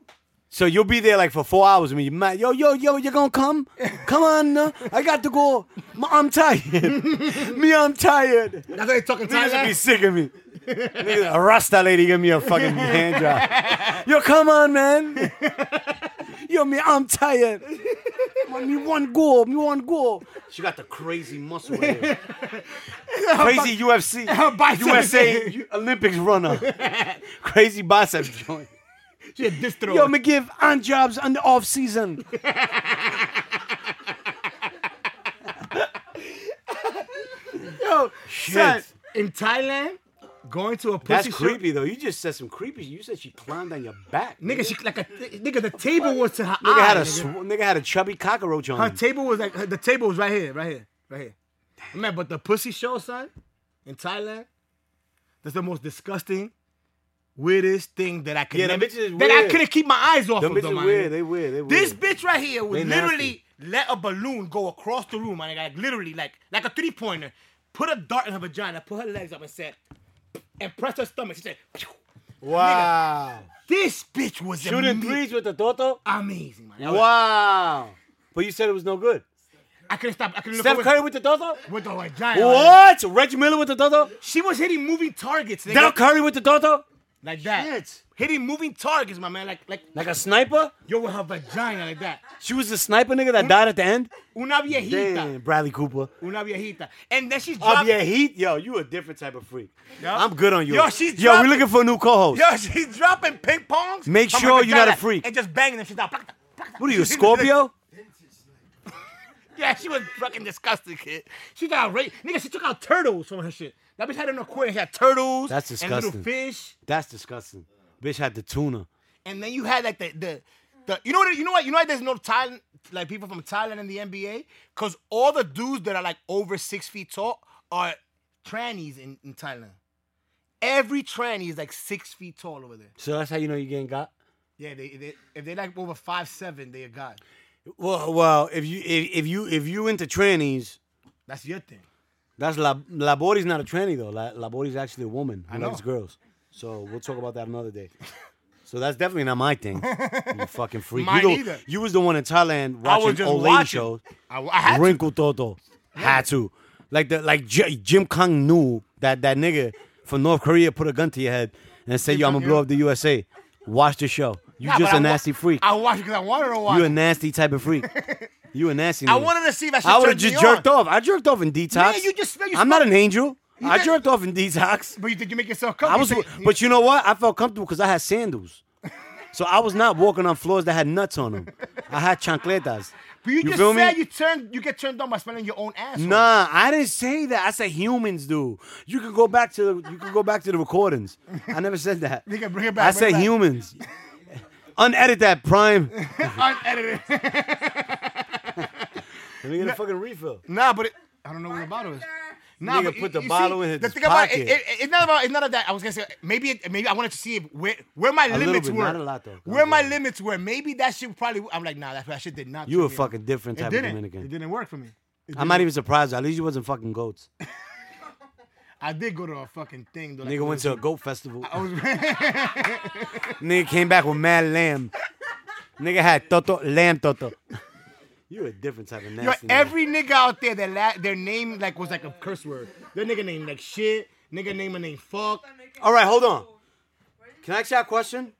So you'll be there like for four hours with me. You might, yo, yo, yo, you gonna come? Come on, uh, I got to go. Ma, I'm tired. me, I'm tired.
That's why they talking
Niggas would be
Thailand.
sick of me. Niggas, a Rasta lady give me a fucking hand job. Yo, come on, man. Yo, me, I'm tired. Man, Me one go, me one go. She got the crazy muscle. in her. crazy UFC,
Her biceps.
USA Olympics runner. crazy biceps joint.
She a diss throw.
Yo, me give on jobs on the off season.
yo, son,
Shit.
in Thailand, going to a pussy
That's
show-
creepy though. You just said some creepy. You said she climbed on your back.
Nigga, she like a nigga. The table was to her
Ah, nigga
eye.
had a
nigga.
sw- nigga had a chubby cockroach on
Her
him.
table was like her- the table was right here, right here, right here. Man, but the pussy show, son, in Thailand, that's the most disgusting, weirdest thing that I could.
Yeah, them
never,
bitches is
that I
weird.
couldn't keep my eyes off
Them
of. though,
bitches
my
weird.
nigga.
They weird. They weird.
This bitch right here would
They nasty.
literally let a balloon go across the room, my nigga, like literally, like like a three pointer. Put a dart in her vagina, put her legs up, and said, and press her stomach. She said, "Phew."
Wow.
"This bitch was
Shooting
ama-
threes with the Toto?
amazing, man.
Wow. But you said it was no good.
I couldn't stop. I couldn't
Steph
look
Curry
away.
with the Toto?
with the vagina. my nigga.
What? Reggie Miller with the Toto?
She was hitting moving targets, nigga.
Del Curry with the Toto?
Like that.
Shit.
Hitting moving targets, my man. Like like
Like a sniper?
yo with her vagina like that.
She was the sniper nigga that died at the end?
Una viejita.
Damn, Bradley Cooper.
Una viejita. And then she's
Up
dropping.
your heat? Yo, you a different type of freak. I'm good on you.
Yo, she's
Yo, we
dropping-
looking for a new co-host.
Yo, she's dropping ping pongs.
Make
from her
sure you're not a
vagina
freak.
And just banging them shit out. Plak, plak, plak.
What are you, a Scorpio?
yeah, she was fucking disgusting, kid. She got raped. Nigga, she took out turtles from her shit. That bitch had an aquarium. She had turtles.
That's
And
disgusting.
little fish.
That's disgusting. Bitch had the tuna.
and then you had like the the, the you know what you know what you know why there's no Thailand like people from Thailand in the NBA because all the dudes that are like over six feet tall are trannies in, in Thailand. Every tranny is like six feet tall over there.
So that's how you know you getting got?
Yeah, they, they if they like over five seven, they a god.
Well, well, if you if, if you if you into trannies,
That's your thing.
That's La Labori's not a tranny though. La Labori's actually a woman who
know.
likes girls. So we'll talk about that another day. So that's definitely not my thing. You fucking freak.
Mine
you, the-
either.
you was the one in Thailand
I was
watching
just
old lady
watching.
shows.
I, I had to.
Wrinkle Toto had to, like the like J- Jim Kong knew that that nigga from North Korea put a gun to your head and said, "Yo, I'm gonna blow up the USA." Watch the show. You
Nah, but
just a
I wa-
nasty freak.
I watched because I wanted to watch.
you a nasty type of freak. You a nasty.
I
nigga.
wanted to see if I should.
I would have
would
just jerked off. I jerked off in detox.
Man, you just- man, you
I'm
smell-
not an angel.
You
I
got-
jerked off in detox.
But you think you make yourself
I
comfortable?
was, but you know what? I felt comfortable because I had sandals. So I was not walking on floors that had nuts on them. I had chancletas.
But you, just
feel
said
me?
you turn you get turned on by smelling your own ass.
Nah, I didn't say that. I said humans do. You could go back to the you could go back to the recordings. I never said that.
Nigga, bring it back. bring
I
it
said
back.
humans. Unedit that prime.
unedited.
Let me get a fucking refill.
nah, but it, I don't know where the bottle is. Nah,
Nigga
but you-
put the
you
bottle in his
the thing about it,
pocket.
it, it, it's not about it's not about that. I was gonna say maybe it, maybe I wanted to see if, where where my
little
limits
bit,
were.
not a lot, though.
Where my
Yeah.
limits were. Maybe that shit probably. I'm like, nah, that, that shit did not.
You a
trip me out.
fucking different
It
type of
didn't. It
Dominican.
didn't work for me. It
I'm
didn't-
not even surprised. At least you wasn't fucking goats.
I did go to a fucking thing though. like,
Nigga went to a goat festival.
I was,
Nigga came back with mad lamb. Nigga had toto, lamb toto. You a different type of
yo,
nasty. nigga.
every nigga out there that la- their name like was like a curse word. Their nigga name like shit. Nigga name a name fuck.
All right, hold on. Can I ask you a question?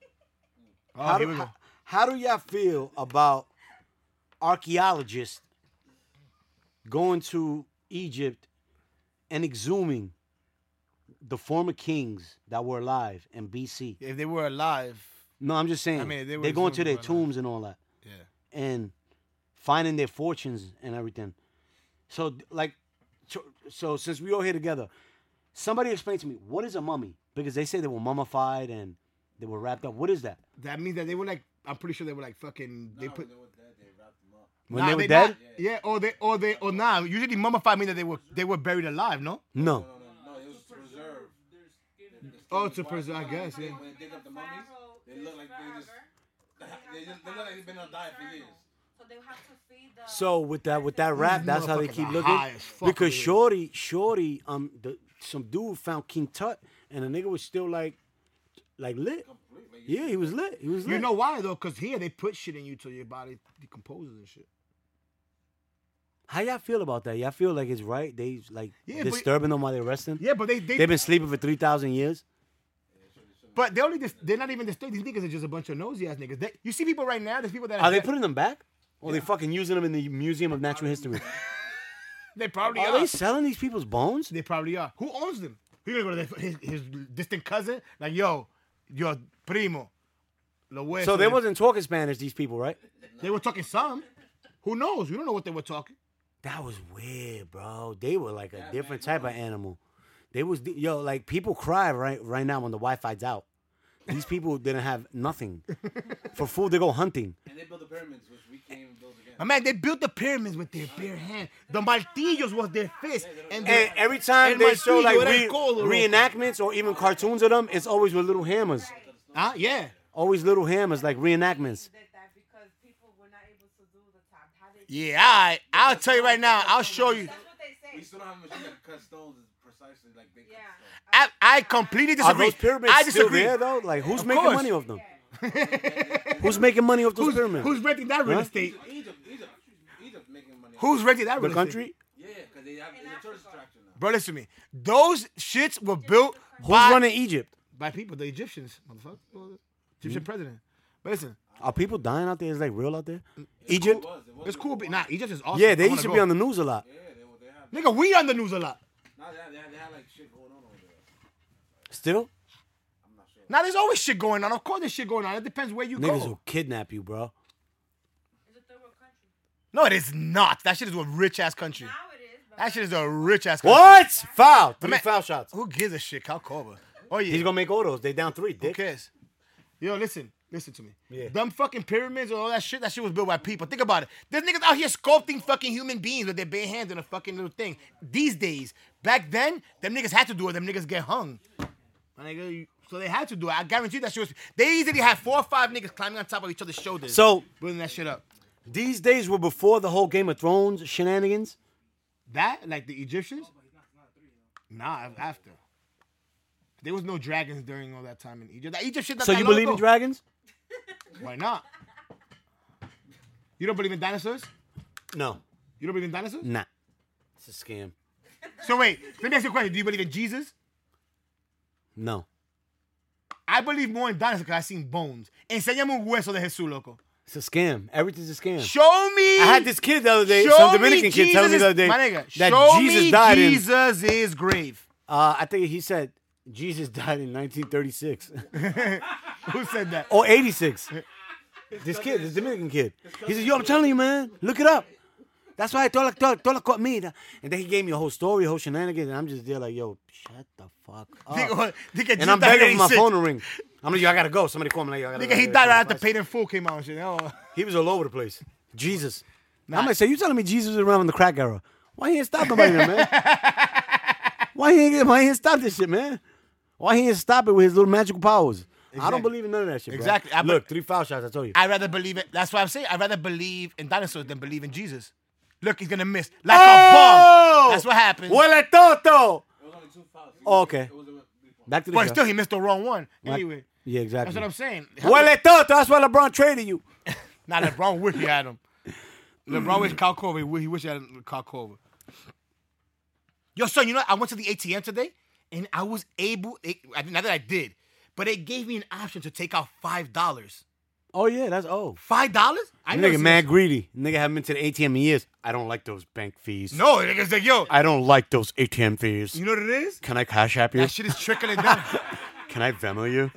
how,
Oh, here
do,
we
how,
go.
how do y'all feel about archaeologists going to Egypt and exhuming the former kings that were alive in BC?
If they were alive,
No, I'm just saying.
I mean, they
they
were
are going to
exhuming
their
whatnot.
tombs and all that,
yeah.
and finding their fortunes and everything. So, d- like, so- so since we all here together, somebody explain to me what is a mummy? Because they say they were mummified and they were wrapped up. What is that?
That means that they were like. I'm pretty sure they were like fucking. They put.
When
Nah,
they were
they
dead?
not- yeah, or they, or they, or nah. Usually mummified mean that they were they were buried alive, no?
No.
No, no, no, it was preserved.
Oh, to preserve, I guess, yeah.
When they dig up the mummies,
Pharaoh
they
is
look like they just-
forever.
they just they look like they've been on a diet for years.
So they have to feed the.
So with that with that rap, that's how they
motherfuckers
keep
are
looking.
high as fuck
Because
here.
Shorty, Shorty, um, the, some dude found King Tut, and the nigga was still like, like lit. Yeah, he was lit. He was lit.
You know why though? Cause here they put shit in you till your body decomposes and shit.
how y'all feel about that? Y'all feel like it's right? They like
Yeah, but-
disturbing them while they're resting.
Yeah, but they they,
They've been sleeping for three thousand years.
but they only dis- they're not even disturbed. These niggas are just a bunch of nosy ass niggas. They, you see people right now. There's people that
Are they
that-
putting them back? Or they fucking using them in the Museum of Natural History?
They probably
Are
are.
they selling these people's bones?
They probably are. Who owns them? He gonna go to their- his, his distant cousin? Like yo, your primo. Lo hueso
So they
de-
wasn't talking Spanish. These people, right?
They were talking some. Who knows? We don't know what they were talking.
That was weird, bro. They were like a different type of animal. They was yo like people cry right right now when the Wi-Fi's out. These people didn't have nothing for food. They go hunting.
And they built the pyramids, which we can't even build again.
My man, they built the pyramids with their bare hand. The martillos was their fist. And,
And
they-
every time
And
they
my studio,
show like
it ain't
re-
cold, little-
reenactments or even cartoons of them, it's always with little hammers.
Huh? Yeah.
Always little hammers like reenactments.
Did that because people were not able to do the top. How they,
Yeah, all right. I'll tell you right now. I'll show you.
That's what they
We
say.
still don't have a machine that cuts stones as precisely like they
Yeah.
cut stones.
I, I completely
Are
disagree.
those pyramids
I
still
disagree.
there though? Like who's making
course.
money off them? who's making money off those
Who's,
pyramids?
who's renting that real
Huh?
estate?
Egypt, Egypt, Egypt making money.
Who's renting that
the
real estate?
country?
Yeah, because they have it's a tourist attraction now.
Bro, listen to me. Those shits were built
Who's
by,
running Egypt?
by people, the Egyptians, motherfucker. Well,
Hmm?
Egyptian president. But listen,
Are people dying out there? Is like real out there? Egypt?
It was, it was.
it's cool. But nah, Egypt is awesome.
Yeah, they
I wanna
used to
go.
be on the news a lot.
Yeah, they, were- they have.
Nigga, we on the news a lot.
Now they have, they have, they have like shit going on over there.
Still,
Now there's always shit going on. Of course, there's shit going on. It depends where you
niggas
go.
will kidnap you, bro.
It's a third world country.
No, it is not. That shit is a rich ass country.
Now it is. But
That shit is a rich ass country.
What? Foul. Three
man-
foul shots.
Who gives a shit? Cal Corver. Oh yeah.
He's gonna make all those. They down three, dick.
Who cares? Yo, listen, listen to me.
Yeah.
Them fucking pyramids and all that shit, that shit was built by people. Think about it. There's niggas out here sculpting fucking human beings with their bare hands and a fucking little thing. These days, back then, them niggas had to do it. Them niggas get hung. My nigga, you- so they had to do it. I guarantee that shit was. They easily had four or five niggas climbing on top of each other's shoulders.
So
building that shit up.
these days were before the whole Game of Thrones shenanigans.
That like the Egyptians? Nah, after. There was no dragons during all that time in Egypt. That Egypt shit. That's
So
not
you
long
believe in
ago.
dragons?
Why not? You don't believe in dinosaurs?
No,
You don't believe in dinosaurs?
nah. It's a scam.
So wait, let me ask you a question. Do you believe in Jesus?
No.
I believe more in dinosaurs because i seen bones. Enséñame un hueso de Jesús, loco.
It's a scam. Everything's a scam.
Show me.
I had this kid the other day,
show
some
me
Dominican kid, telling me
Jesus-
the other day
My nigga,
that
show
Jesus
me
died in.
Jesus is grave.
Uh, I think he said Jesus died in 1936
Who said that?
or 86. This kid, this Dominican kid, he said, "Yo, I'm telling you, man, look it up." That's why Tola, Tola, Tola caught me, and then he gave me a whole story, a whole shenanigans, and I'm just there like, "Yo, shut the fuck up."
Nigga, nigga, Jesus
And I'm
died in
begging for my
86.
phone to ring. I'm like, "Yo, I gotta go." Somebody called me like, "Yo, I gotta
Nigga,
go."
he died right after Paid in Full came out and shit. Oh.
He was all over the place. Jesus. I'm like, so you telling me Jesus was around in the crack era? Why he ain't stop nobody, then, man? why he ain't why he ain't stop this shit, man? Why he ain't stop it with his little magical powers? I don't
Exactly.
believe in none of that shit. bro.
Exactly. I be-
Look, three foul shots. I told you.
I rather believe it. That's why I'm saying I rather believe in dinosaurs than believe in Jesus. Look, he's gonna miss like a
Oh!
bomb. That's what happened.
Huele toto.
It was only two fouls.
Oh, okay.
It was, it was three fouls.
Back to the
But
show.
still, he missed the wrong one. Anyway,
yeah, exactly.
that's what I'm saying.
Huele toto. That's why LeBron traded you.
Now LeBron wish he had him. LeBron wish Kyle Korver. He wish he wish he had Kyle Korver. Yo, son, you know I went to the ATM today, and I was able. It, I- not that I did, but it gave me an option to take out five dollars.
Oh yeah, that's oh.
Five dollars? I never
Nigga,
seen
mad greedy. Nigga haven't been to the ATM in years. I don't like those bank fees.
this. No, niggas like yo.
I don't like those ATM fees.
You know what it is?
Can I cash app you?
That shit is trickling down.
Can I Venmo you?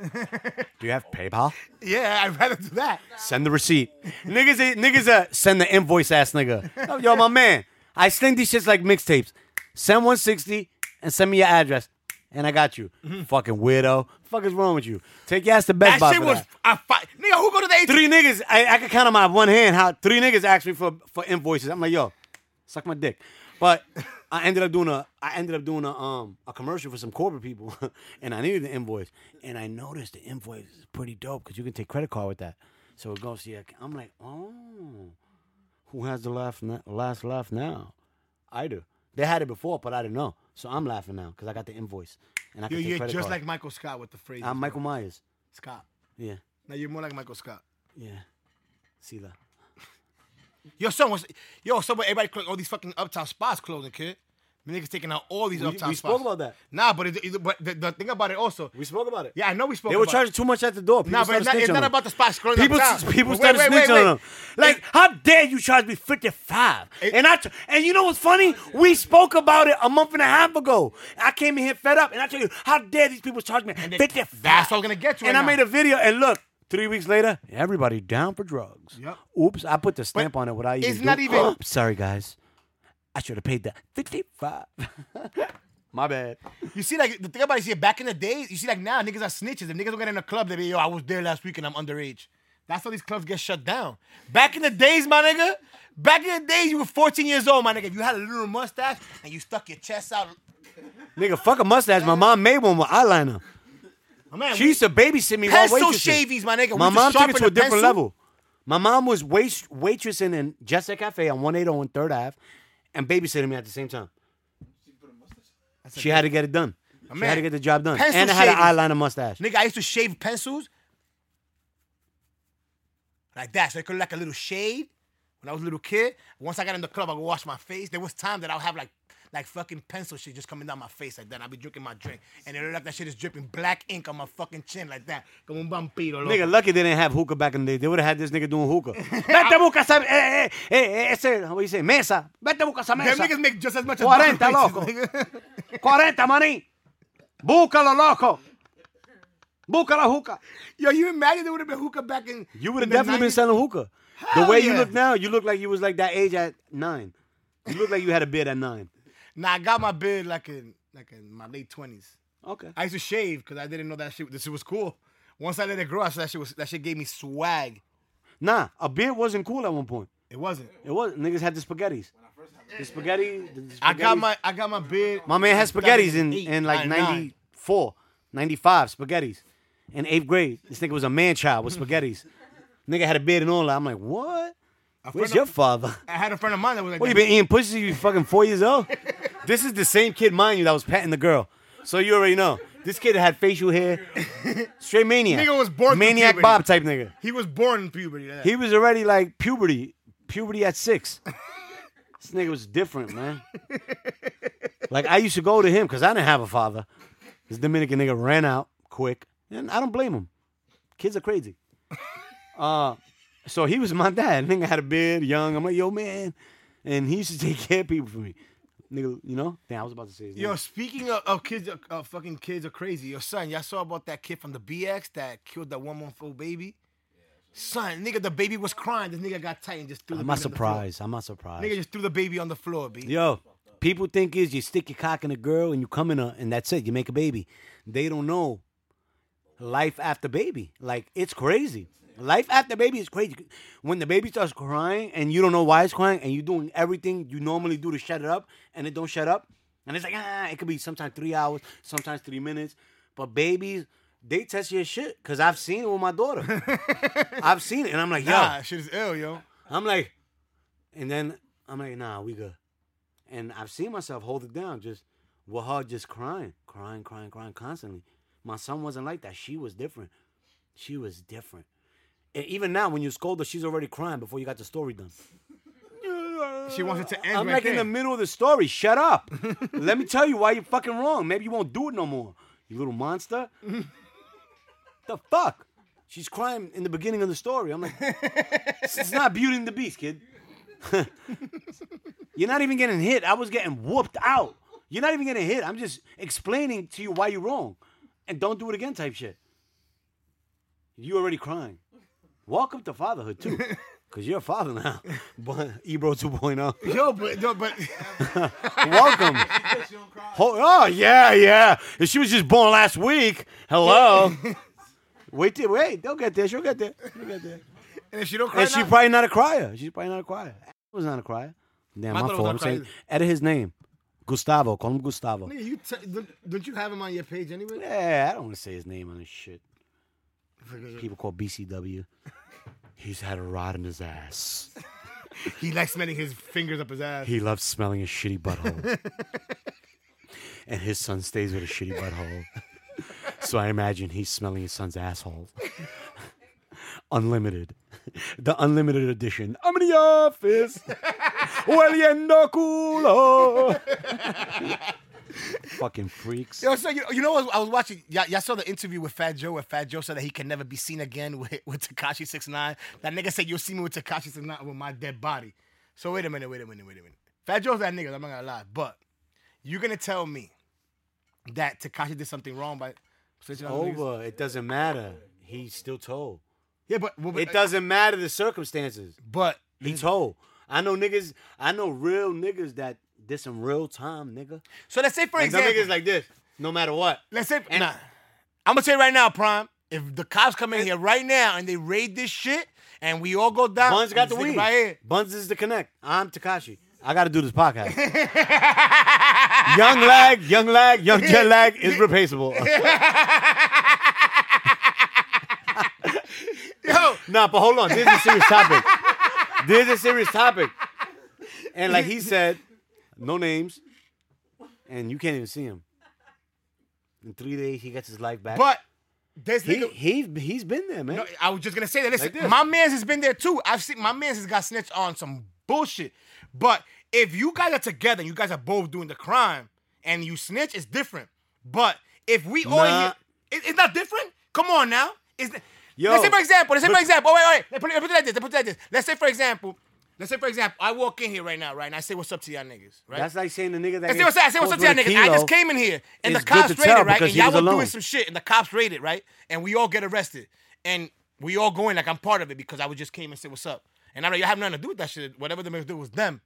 Do you have PayPal?
yeah, I'd rather do that.
Send the receipt. niggas, ain't- niggas, uh, send the invoice, ass nigga. Yo, Yo, my man, I sling these shits like mixtapes. Send 160 and send me your address, and I got you. Fucking weirdo. Fuck is wrong with you? Take your ass to Best
Mm-hmm. That
Buy.
shit
for
was
that.
I fi- nigga. Who go to the ATM?
Three niggas, I, I could count on my one hand how three niggas asked me for, for invoices. I'm like, yo, suck my dick. But I ended up doing a I ended up doing a um a commercial for some corporate people and I needed the invoice. And I noticed the invoice is pretty dope because you can take credit card with that. So it goes to your I'm like, oh who has the laugh na- last laugh now? I do. They had it before, but I didn't know. So I'm laughing now because I got the invoice. And I
Yo,
can take
you're
credit
just
card.
like Michael Scott with the phrase.
I'm Michael Myers.
Scott.
Yeah.
Now you're more like Michael Scott.
Yeah. See that.
Yo, son was yo, somewhere everybody cl- all these fucking uptown spots closing, kid. The niggas taking out all these
We,
uptown
we
spots.
spoke about that.
Nah, but, it, it- but the, the thing about it also,
We spoke about it.
yeah, I know we spoke.
They were
about
charging too much at the door.
It.
People
Nah, but it's not, it's not about the spots scrolling
people.
uptown.
People
Wait,
started
wait, wait,
snitching
wait.
on them. Like,
It-
how dare you charge me fifty five?
It-
And I t- and you know what's funny? We spoke about it a month and a half ago. I came in here fed up, and I tell you, how dare these people charge me
they-
fifty five?
that's what I'm gonna get to
And
right
I made
now.
a video, and look, three weeks later, everybody down for drugs.
Yep.
Oops, I put the stamp on it without even.
it's
do-
not even-
Sorry, guys. I should have paid that fifty five. My bad.
You see, like the thing about it, see, back in the days, you see, like now niggas are snitches. If niggas don't get in a club, they be yo, I was there last week and I'm underage. That's how these clubs get shut down. Back in the days, my nigga. Back in the days, you were 14 years old, my nigga. If you had a little mustache and you stuck your chest out,
Nigga, fuck a mustache. My mom made one with eyeliner.
my man,
She used to babysit me while
pencil
waitressing.
shavies, my nigga. We
My
used
mom took it
sharpen
to a
the
different
pencil.
level. My mom was wait- waitressing in Jessica Cafe on 180 and 3rd Ave and babysitting me at the same time. She had to get it done. She had
man.
to get the job done.
Pencil
and I had
shaving.
an eyeliner mustache.
Nigga, I used to shave pencils like that, so it could look like a little shade. When I was a little kid, once I got in the club, I would wash my face. There was time that I would have like, like fucking pencil shit just coming down my face like that. And I'd be drinking my drink, and it looked like that shit is dripping black ink on my fucking chin like that. Como un vampiro, loco.
Nigga, lucky they didn't have hookah back in the day. They would have had this nigga doing hookah. Vete busca esa, eh, eh, eh, eh, ese, what do you say, mesa. Vete busca esa
Them
mesa.
niggas make just as much as
40,
black faces,
loco.
nigga.
40, maní. Búscalo, loco. Busca la hookah.
Yo, you imagine there would have been hookah back in.
You would
in
have
the
definitely been
90s?
selling hookah.
Hell
the way you
yeah.
look now, you look like you was like that age at nine. You look like you had a beard at nine.
Nah, I got my beard like in like in my late twenties.
Okay.
I used to shave because I didn't know that shit. This shit was cool. Once I let it grow, I said that shit was that shit gave me swag.
Nah, a beard wasn't cool at one point.
It wasn't.
It was niggas had the spaghettis. The spaghetti. The, the
I got
spaghettis-
my I got my beard.
my man had spaghettis in
Eight,
in like
nine, nine.
94, 95 spaghettis. In eighth grade, this nigga was a man child with spaghettis. nigga had a beard and all that. I'm like, what?
A friend
Where's
of-
your father?
I had a friend of mine that was like,
What you
that.
been eating pussy? since You fucking four years old. this is the same kid, mind you, that was patting the girl. So you already know this kid had facial hair, straight maniac.
Nigga was born through
maniac
puberty.
Bob type nigga.
he was born in puberty. like that.
He was already like puberty, puberty at six. this nigga was different, man. like I used to go to him because I didn't have a father. This Dominican nigga ran out quick, and I don't blame him. Kids are crazy. Uh, so he was my dad. Nigga had a beard, young. I'm like, yo, man, and he used to take care of people for me. Nigga, you know? Damn, I was about to say his
Yo,
name.
speaking of, of kids, of, of fucking kids are crazy. Yo, son, y'all saw about that kid from the BX that killed that one month old baby. Son, nigga, the baby was crying. This nigga got tight and just threw. the
I'm not
baby on the floor.
surprised. I'm not surprised.
Nigga just threw the baby on the floor, b.
Yo, people think is you stick your cock in a girl and you come in a and that's it. You make a baby. They don't know life after baby. Like it's crazy. Life after baby is crazy. When the baby starts crying and you don't know why it's crying and you're doing everything you normally do to shut it up and it don't shut up and it's like ah, it could be sometimes three hours, sometimes three minutes. But babies, they test your shit because I've seen it with my daughter. I've seen it and I'm like, yo,
Nah, shit is ill, yo.
I'm like, and then I'm like, nah, we good. And I've seen myself hold it down, just with her just crying, crying, crying, crying constantly. My son wasn't like that. She was different. She was different. And even now, when you scold her, she's already crying before you got the story done.
She wants it to end.
I'm
right
like in
there.
the middle of the story. Shut up. Let me tell you why you're fucking wrong. Maybe you won't do it no more. You little monster. the fuck? She's crying in the beginning of the story. I'm like, it's not Beauty and the Beast, kid. You're not even getting hit. I was getting whooped out. You're not even getting hit. I'm just explaining to you why you're wrong, and don't do it again type shit. You already crying. Welcome to fatherhood too, because you're a father now. But Ebro oh. 2.0.
Yo, but yo, but
Welcome.
Because you don't cry.
Ho- oh yeah, yeah. If she was just born last week, hello. wait, till, wait. They'll get there. She'll get there. She'll get there.
and if she don't cry,
And she's
now-
probably not a crier. She's probably not a crier. I was not a crier. Damn,
I
my
thought it was
fault.
not
I'm saying
crier.
edit his name, Gustavo. Call him Gustavo.
Nigga, you t- don't, don't you have him on your page anyway?
Yeah, I don't want to say his name on this shit. People call BCW. He's had a rod in his ass.
He likes smelling his fingers up his ass.
He loves smelling his shitty butthole. and his son stays with a shitty butthole. so I imagine he's smelling his son's asshole. unlimited. The unlimited edition. I'm in the office. Hueliendo culo. Fucking freaks.
Yo, so you, you know what? I was watching. Y'all, y'all saw the interview with Fat Joe. Where Fat Joe said that he can never be seen again with with Takashi Six Nine. That nigga said you'll see me with Takashi Six Nine with my dead body. So wait a minute, wait a minute, wait a minute. Fat Joe's that nigga. I'm not gonna lie, but you're gonna tell me that Takashi did something wrong by snitching on the niggas?
Over. It doesn't matter. He's still told.
Yeah, but, but
It doesn't matter the circumstances.
But
He told. I know niggas. I know real niggas that did some real time, nigga.
so let's say for
Like some
example,
niggas like this. No matter what.
let's say
and-
nah. I'm gonna tell you right now, Prime. If the cops come in here right now and they raid this shit and we all go down,
Buns got the
this nigga
weed.
right here.
Buns is the connect. I'm Takashi. I got to do this podcast. young lag, young lag, young jet lag is replaceable.
Yo,
nah, but hold on. This is a serious topic. This is a serious topic. And like he said, no names, and you can't even see him. In three days, he gets his life back.
but this
he
nigga.
he he's been there, man.
No, I was just gonna say that. Listen,
Like this.
my man's has been there too. I've seen my man's has got snitched on some bullshit. But if you guys are together and you guys are both doing the crime and you snitch, it's different. But if we all in
Nah.
here, it- it's not different. Come on now. It's,
Yo,
let's say for example. Let's say for
but-
example. Oh wait, wait. Let's put, let's put it like this. Let's put it like this. Let's say for example. Let's say for example. I walk in here right now, right, and I say what's up to y'all niggas, right?
That's like saying the nigga that.
I say what's up, I say what's up to y'all niggas. I just came in here and the
It's good
cops
to
raided,
tell
right?
because
And
he
y'all
was
were doing
alone.
some shit and the cops raided, right? And we all get arrested. And we all go in like I'm part of it because I was just came and said what's up. And I know you have nothing to do with that shit. Whatever the niggas do was them.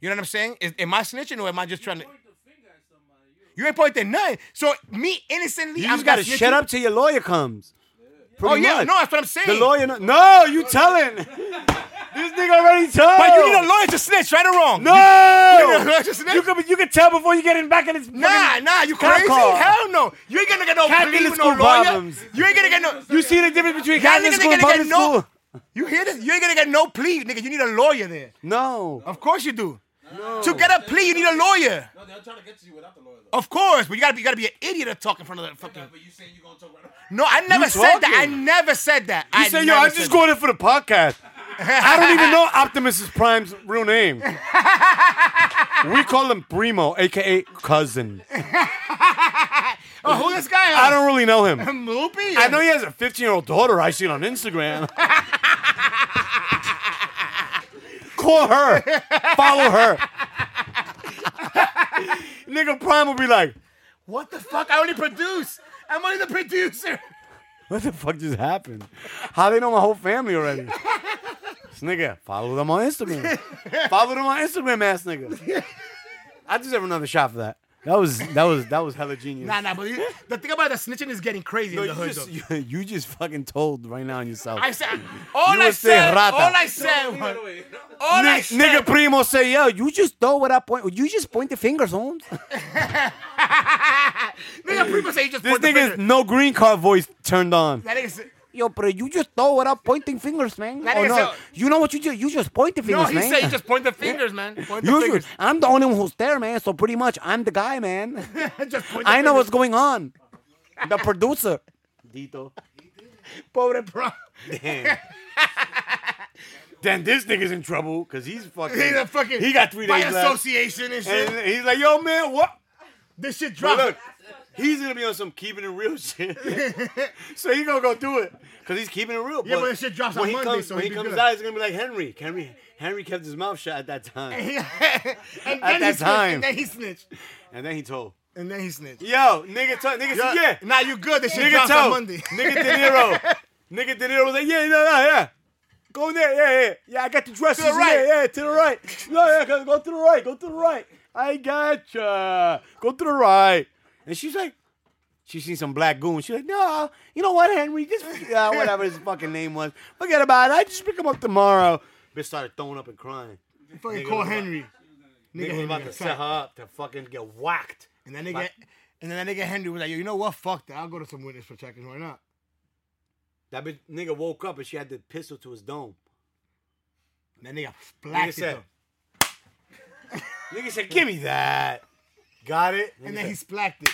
You know what I'm saying? Is, am I snitching or am I just trying to
Point the finger at somebody. You
You ain't pointing nothing. So me innocently,
You
I'm
just gotta
not snitching.
shut up till your lawyer comes.
Oh
Pretty
yeah,
much.
no, that's what I'm saying.
The lawyer, no, no you telling. this nigga already told.
But you need a lawyer to snitch, right or wrong? You need a
No,
lawyer to snitch.
you can you can tell before you get in back in his.
Nah,
fucking-
nah, you
Cop
crazy?
car.
Hell no. You ain't gonna get no
Cat
plea
in
with
the
no
school
lawyer.
problems.
You ain't gonna get no.
You see the difference between
Y'all
Catholic
niggas
school and
ain't gonna
public
get no-
school?
You hear this? You ain't gonna get no plea, nigga. You need a lawyer there.
No,
Of course you do. To get a plea, you need a lawyer.
No, they're trying to get to you without the lawyer. Though.
Of course, but you gotta be, you gotta be an idiot to talk in front of the
Yeah,
fucking.
but you saying you gonna talk right now?
No, I never said that. I
talking.
never said that.
you
I
say yo,
never
I'm
said
just
that.
going in for the podcast. I don't even know Optimus Prime's real name. we call him Primo, aka cousin.
Oh, who this guy?
I don't really know him.
I'm loopy.
I know he has a 15 year old daughter I seen on Instagram. Call her. Follow her. Nigga Prime will be like,
What the fuck? I only produce. I'm only the producer.
what the fuck just happened? How they know my whole family already? This nigga, follow them on Instagram. follow them on Instagram, ass nigga. I deserve another shot for that. That was that was that was hella genius.
Nah, nah, but you- the thing about the snitching is getting crazy
No,
in the hood.
you, just,
though.
you, you just fucking told right now on yourself.
I said all
You
I
would say
said.
rata.
All I said.
By
was-
the way,
All I
Ni-
said.
nigga primo say, yo, you just throw what I point. You just point the fingers on.
nigga, people say you just
This
point the
nigga's
finger.
no green card voice turned on.
That nigga said-
Yo, bro, you just throw without pointing fingers, man.
That
Oh,
nigga
no.
said-
You know what you do? You just point the
No,
fingers,
he
man.
said you just point the fingers, man. Point the
You-
fingers.
I'm the only one who's there, man. So pretty much, I'm the guy, man.
Just point the
I know
fingers.
what's going on. The producer. Dito.
Pobre bro.
Damn. Damn, this nigga's in trouble because he's fucking.
He's a fucking.
He got three
by
days left.
association and shit.
And he's like, yo, man, what?
this shit
But
dropped.
look, He's gonna be on some keeping it real shit. so he gonna go do it because he's keeping it real.
Yeah, but this shit drops
when
on
he
Monday,
comes,
so
when he
he'll be
comes
good.
out, he's gonna be like Henry. Henry, Henry kept his mouth shut at that time,
and then
At that
he snitched,
time.
and then he snitched,
and then he told,
and then he snitched.
"Yo, nigga, t- nigga, said, yeah,
Now you good. They shit
nigga,
drops on
told,
Monday.
nigga, De Niro, nigga, De Niro was like, yeah, no, no, yeah." Go in there, yeah, yeah, yeah. I got the dresses,
the right.
yeah, yeah, to the right. No, yeah, go go to the right, go to the right. I gotcha. Go to the right. And she's like, She seen some black goon. She's like, no, you know what, Henry? Just uh, whatever his fucking name was. Forget about it. I just pick him up tomorrow. Bitch started throwing up and crying.
Fucking
Nigga
call
was about-
Henry.
Nigga, was
Henry
about
got
to
sacked.
set her up to fucking get whacked.
And then they
Like-
get, and then that nigga Henry was like, yo, you know what? Fuck that. I'll go to some witness protection. Why not?
That bitch nigga woke up and she had the pistol to his dome.
And that nigga
Nigga
splashed it.
said,
though.
nigga said, give me that. Got it?
And then he splashed it.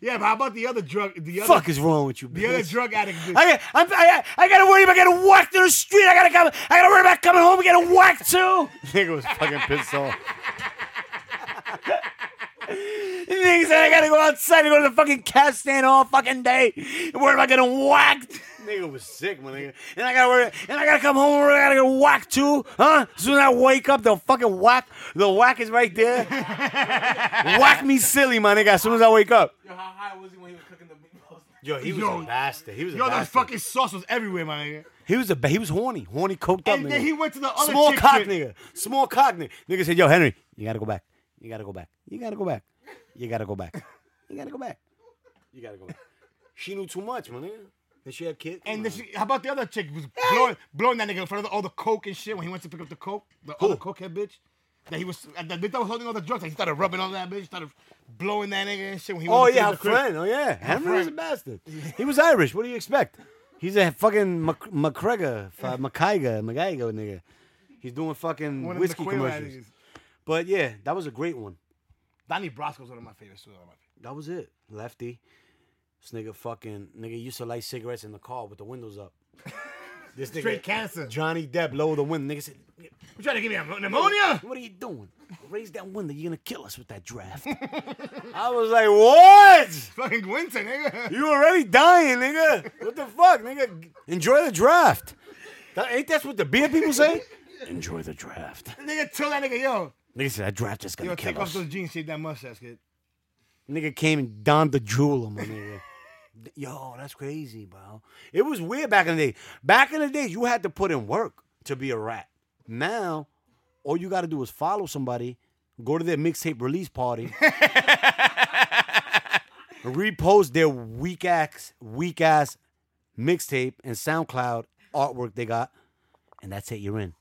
Yeah, but how about the other drug? The other,
fuck is wrong with you,
the other
bitch?
drug addict. Bitch?
I got, I'm, I, I gotta worry about getting whacked in the street. I gotta come. I gotta worry about coming home and getting whacked too. Nigga was fucking pissed off. Nigga said I gotta go outside and go to the fucking cat stand all fucking day and worry about getting whacked. Nigga was sick, my nigga. And I gotta worry. And I gotta come home and I gotta get whacked too, huh? Soon as I wake up, the fucking whack, the whack is right there. whack me silly, my nigga. As soon as I wake up.
Yo, how high was he when he was cooking the meatballs?
Yo, he was
Yo.
a bastard. He was a
Yo, that
bastard.
fucking sauce was everywhere, my nigga.
He was a ba- he was horny, horny, coked up
And
nigga.
then he went to the other
Small
chick
cock
crib.
nigga, small cock nigga. Nigga said, "Yo, Henry, you gotta go back. You gotta go back. You gotta go back. You gotta go back. You gotta go back. You gotta go back." She knew too much, my nigga. Did she have kids?
And then she, how about the other chick was blowing, blowing that nigga in front of all the coke and shit when he went to pick up the coke, the other cokehead bitch. That he was, that bitch that was holding all the drugs. Like he started rubbing on that bitch, started blowing that nigga and shit when he.
oh
went to
yeah,
the
her
crib.
friend. Oh yeah, Henry was a
friend.
bastard. He was Irish. What do you expect? He's a fucking Mac- McGregor, uh, McGregor, McGregor nigga. He's doing fucking
One of the
whiskey
Quaaludes.
commercials. But yeah, that was a great one.
Donnie Brasco's one of my favorites. too, one of my favorites.
That was it. Lefty. This nigga fucking nigga used to light cigarettes in the car with the windows up. This nigga
Straight cancer.
Johnny Depp lower the window. Nigga said,
You trying to give me a pneumonia?
"What are you doing? Raise that window. You're gonna kill us with that draft." I was like, "What?
Fucking winter, nigga.
You already dying, nigga? What the fuck, nigga? Enjoy the draft." That, ain't that what the beer people say? Enjoy the draft.
nigga told that nigga, yo,
Nigga said that draft is gonna
yo,
kill
take off
us.
those jeans, shave that mustache, kid.
Nigga came and donned the jewel on my nigga. Yo, that's crazy, bro. It was weird back in the day. Back in the day, you had to put in work to be a rat. Now, all you gotta do is follow somebody, go to their mixtape release party, repost their weak ass, weak ass mixtape and SoundCloud artwork they got, and that's it, you're in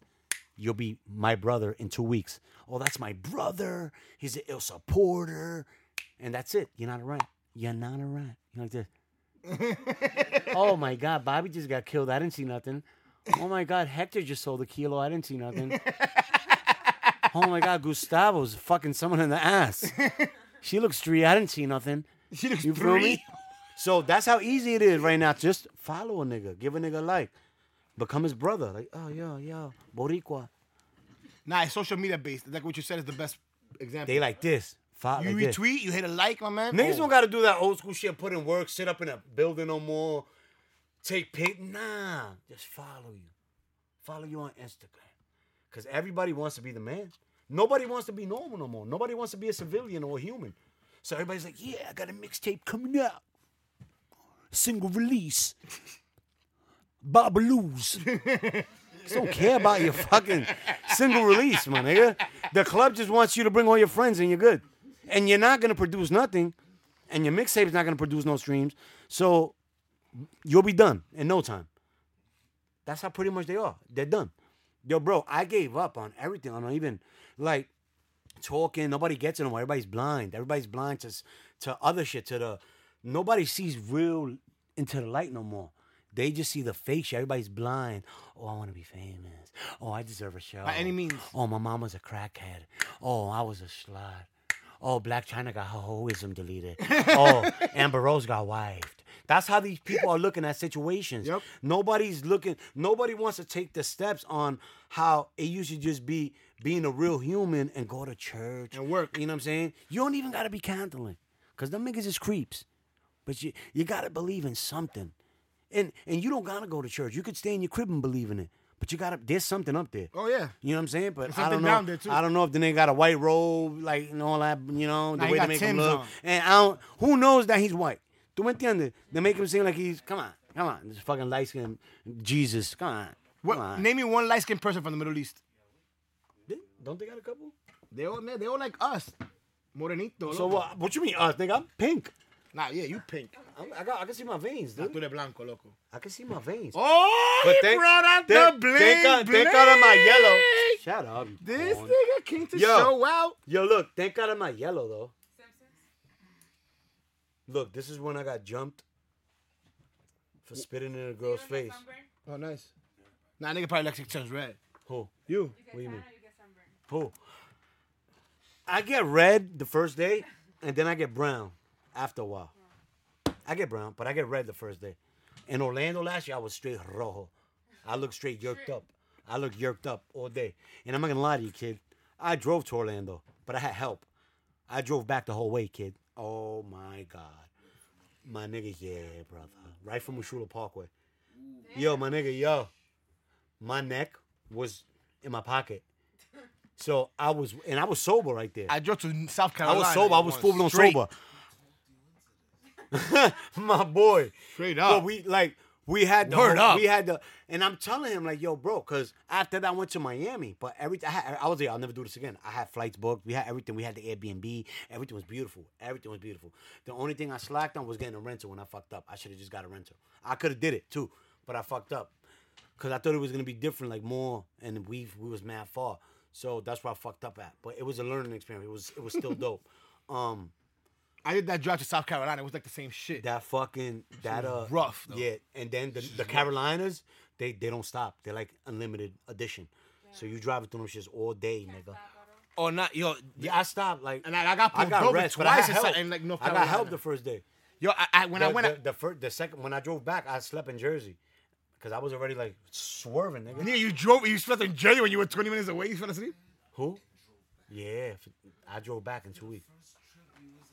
you'll be my brother in two weeks. Oh, that's my brother. He's an ill supporter. And that's it. You're not a rat. You're not a rat. You're like this. oh my God, Bobby just got killed. I didn't see nothing. Oh my God, Hector just sold a kilo. I didn't see nothing. Oh my God, Gustavo's fucking someone in the ass. She looks three. I didn't see nothing.
She looks
You feel me? So that's how easy it is right now. Just follow a nigga, give a nigga a like, become his brother. Like, oh, yo, yo, Boricua.
Nah, it's social media based. Like what you said is the best example.
They like this. Five,
you
like this.
retweet, you hit a like, my man.
Niggas
Oh.
don't gotta do that old school shit, put in work, sit up in a building no more, take pic. Nah, just follow you. Follow you on Instagram. Cause everybody wants to be the man. Nobody wants to be normal no more. Nobody wants to be a civilian or a human. So everybody's like, yeah, I got a mixtape coming out. Single release. Babaloos. Just don't care about your fucking single release, my nigga. The club just wants you to bring all your friends and you're good. And you're not gonna produce nothing, and your mixtape's not gonna produce no streams. So you'll be done in no time. That's how pretty much they are. They're done. Yo, bro, I gave up on everything. I'm not even like talking. Nobody gets it anymore. Everybody's blind. Everybody's blind to s- to other shit. To the nobody sees real into the light no more. They just see the fake shit. Everybody's blind. Oh, I want to be famous. Oh, I deserve a show. By
any means.
Oh, my mom was a crackhead. Oh, I was a slut. Oh, Black China got her hoism deleted. oh, Amber Rose got wived. That's how these people are looking at situations.
Yep.
Nobody's looking. Nobody wants to take the steps on how it used to just be being a real human and go to church
And work.
You know what I'm saying? You don't even gotta be Catholic, 'cause Cause them niggas is creeps. But you you gotta believe in something. And and you don't gotta go to church. You could stay in your crib and believe in it. But you gotta there's something up there.
Oh yeah.
You know what I'm saying? But
There's
I don't
something
know.
down there, too.
I don't know if the nigga got a white robe, like and all that. You know the
Nah, he
way they
got
make him
Timbs
look.
on.
And I don't. Who knows that he's white? Do me entiendes? They make him seem like he's come on, come on, this fucking light skin Jesus. Come on,
What?
come on.
Name me one light skinned person from the Middle East.
Don't they got a couple?
They all man, they all like us. Morenito.
So
loco.
what? What you mean us? Nigga, I'm pink.
Nah, yeah, you pink.
I'm, I got. I can see my veins,
Tú
dude.
eres blanco, loco.
I can see my veins.
Oh,
But
he
thank-
brought out
thank-
the bling.
thank God- thank God I'm not yellow.
bling.
Shut up. you
This
corn.
nigga came to
Yo.
show out.
Yo, look. Thank God I'm not yellow though.
Simpsons?
Look, this is when I got jumped for spitting in a
You
girl's
don't
face.
Get sunburn?
Oh, nice. Nah, nigga probably likes it turns red.
Who?
You.
You get
What do you
tan
mean?
or you get sunburn?
Who? I get red the first day, and then I get brown after a while. I get brown, but I get red the first day. In Orlando last year, I was straight rojo. I looked straight yerked up. I looked yerked up all day. And I'm not gonna lie to you, kid. I drove to Orlando, but I had help. I drove back the whole way, kid. Oh my God. My nigga, yeah, brother. Right from Ushula Parkway. Yo, my nigga, yo. My neck was in my pocket. So I was, and I was sober right there.
I drove to South
I
Carolina.
was sober. I was full blown
Straight-
sober. My boy.
Straight
But
up.
we like we had the
Word
whole-
up.
we had the and I'm telling him like yo bro because after that I went to Miami but everything I, had, I was like I'll never do this again I had flights booked we had everything we had the Airbnb everything was beautiful everything was beautiful the only thing I slacked on was getting a rental when I fucked up I should have just got a rental I could have did it too but I fucked up because I thought it was gonna be different like more and we we was mad far so that's where I fucked up at but it was a learning experience it was it was still dope um
I did that drive to South Carolina. It was like the same shit.
that fucking that uh
rough, though.
Yeah, and then the, the Carolinas, they they don't stop. They're like unlimited edition. So you driving through them shits all day, nigga.
or not, Oh, yo.
Yeah, I stopped like
And I- I got
I
pulled
got
over
rest, but I
twice
had
in Sa-
help.
in, like, North
I got help
Carolina.
the first day.
Yo, I, I when I
The-
went,
the, the first the second when I drove back, I slept in Jersey, cause I was already like swerving, nigga.
nigga, you drove, you slept in jail when you were 20 minutes away. You fell asleep.
Who? Yeah, f- I drove back in two weeks.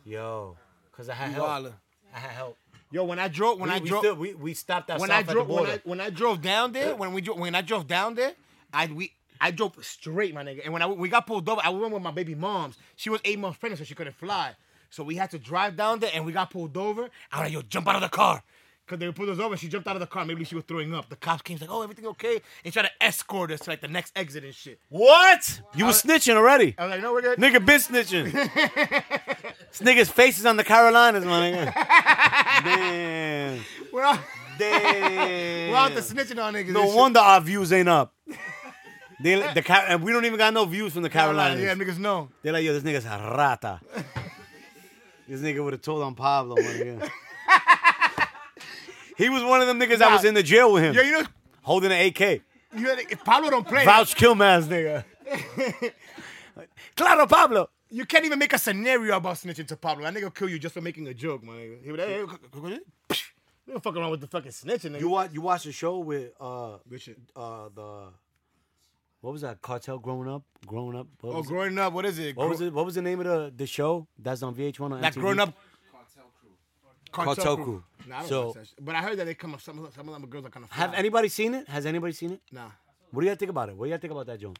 Yo, cause I had
You
help.
wildin'.
I had help.
Yo, when I drove, when
we,
I
we
drove,
still- we, we stopped at
when
South
I
at the
drove, when I,
border.
when I drove down there, when we dro- when I drove down there, I we I drove straight, my nigga. And when I we got pulled over, I went with my baby mom's. She was eight months pregnant, so she couldn't fly. So we had to drive down there, and we got pulled over. I was like, "Yo, jump out of the car." Cause they pulled us over, she jumped out of the car. Maybe she was throwing up. The cops came, like, "Oh, everything okay?" And tried to escort us to like the next exit and shit.
What? You was snitching already.
I was like, "No, we're good."
Nigga been snitching. this nigga's face is on the Carolinas, my nigga. Damn.
We're out,
Damn.
we're out the snitching on niggas.
no
and shit.
wonder our views ain't up. They like- the Car- and we don't even got no views from the Carolinas.
Yeah, niggas know.
They're like, yo, this nigga's a rata. this nigga would have told on Pablo, my nigga. he was one of them niggas that
Nah.
was in the jail with him,
Yo, you know,
holding an AK.
you know, if Pablo don't play,
Vouch kill mass nigga. Claro, Pablo.
You can't even make a scenario about snitching to Pablo. That nigga will kill you just for making a joke, man. nigga. He would, hey, hey, c- c- c- psh. you don't fuck around with the fucking snitching, nigga.
You watch you watch the show with uh
Good shit.
uh the what was that cartel growing up growing up what,
Oh,
was,
growing up, what is it?
what
Gro-
was it what was the name of the the show that's on VH1 on
Like
MTV?
growing up. Cartel
Cartel
crew.
Crew.
Nah, I don't
So-
watch that shit. But I heard that they come up. Some of some of them girls are kind of.
have anybody seen it has anybody seen it
Nah.
what do you guys think about it what do you guys think about that Joan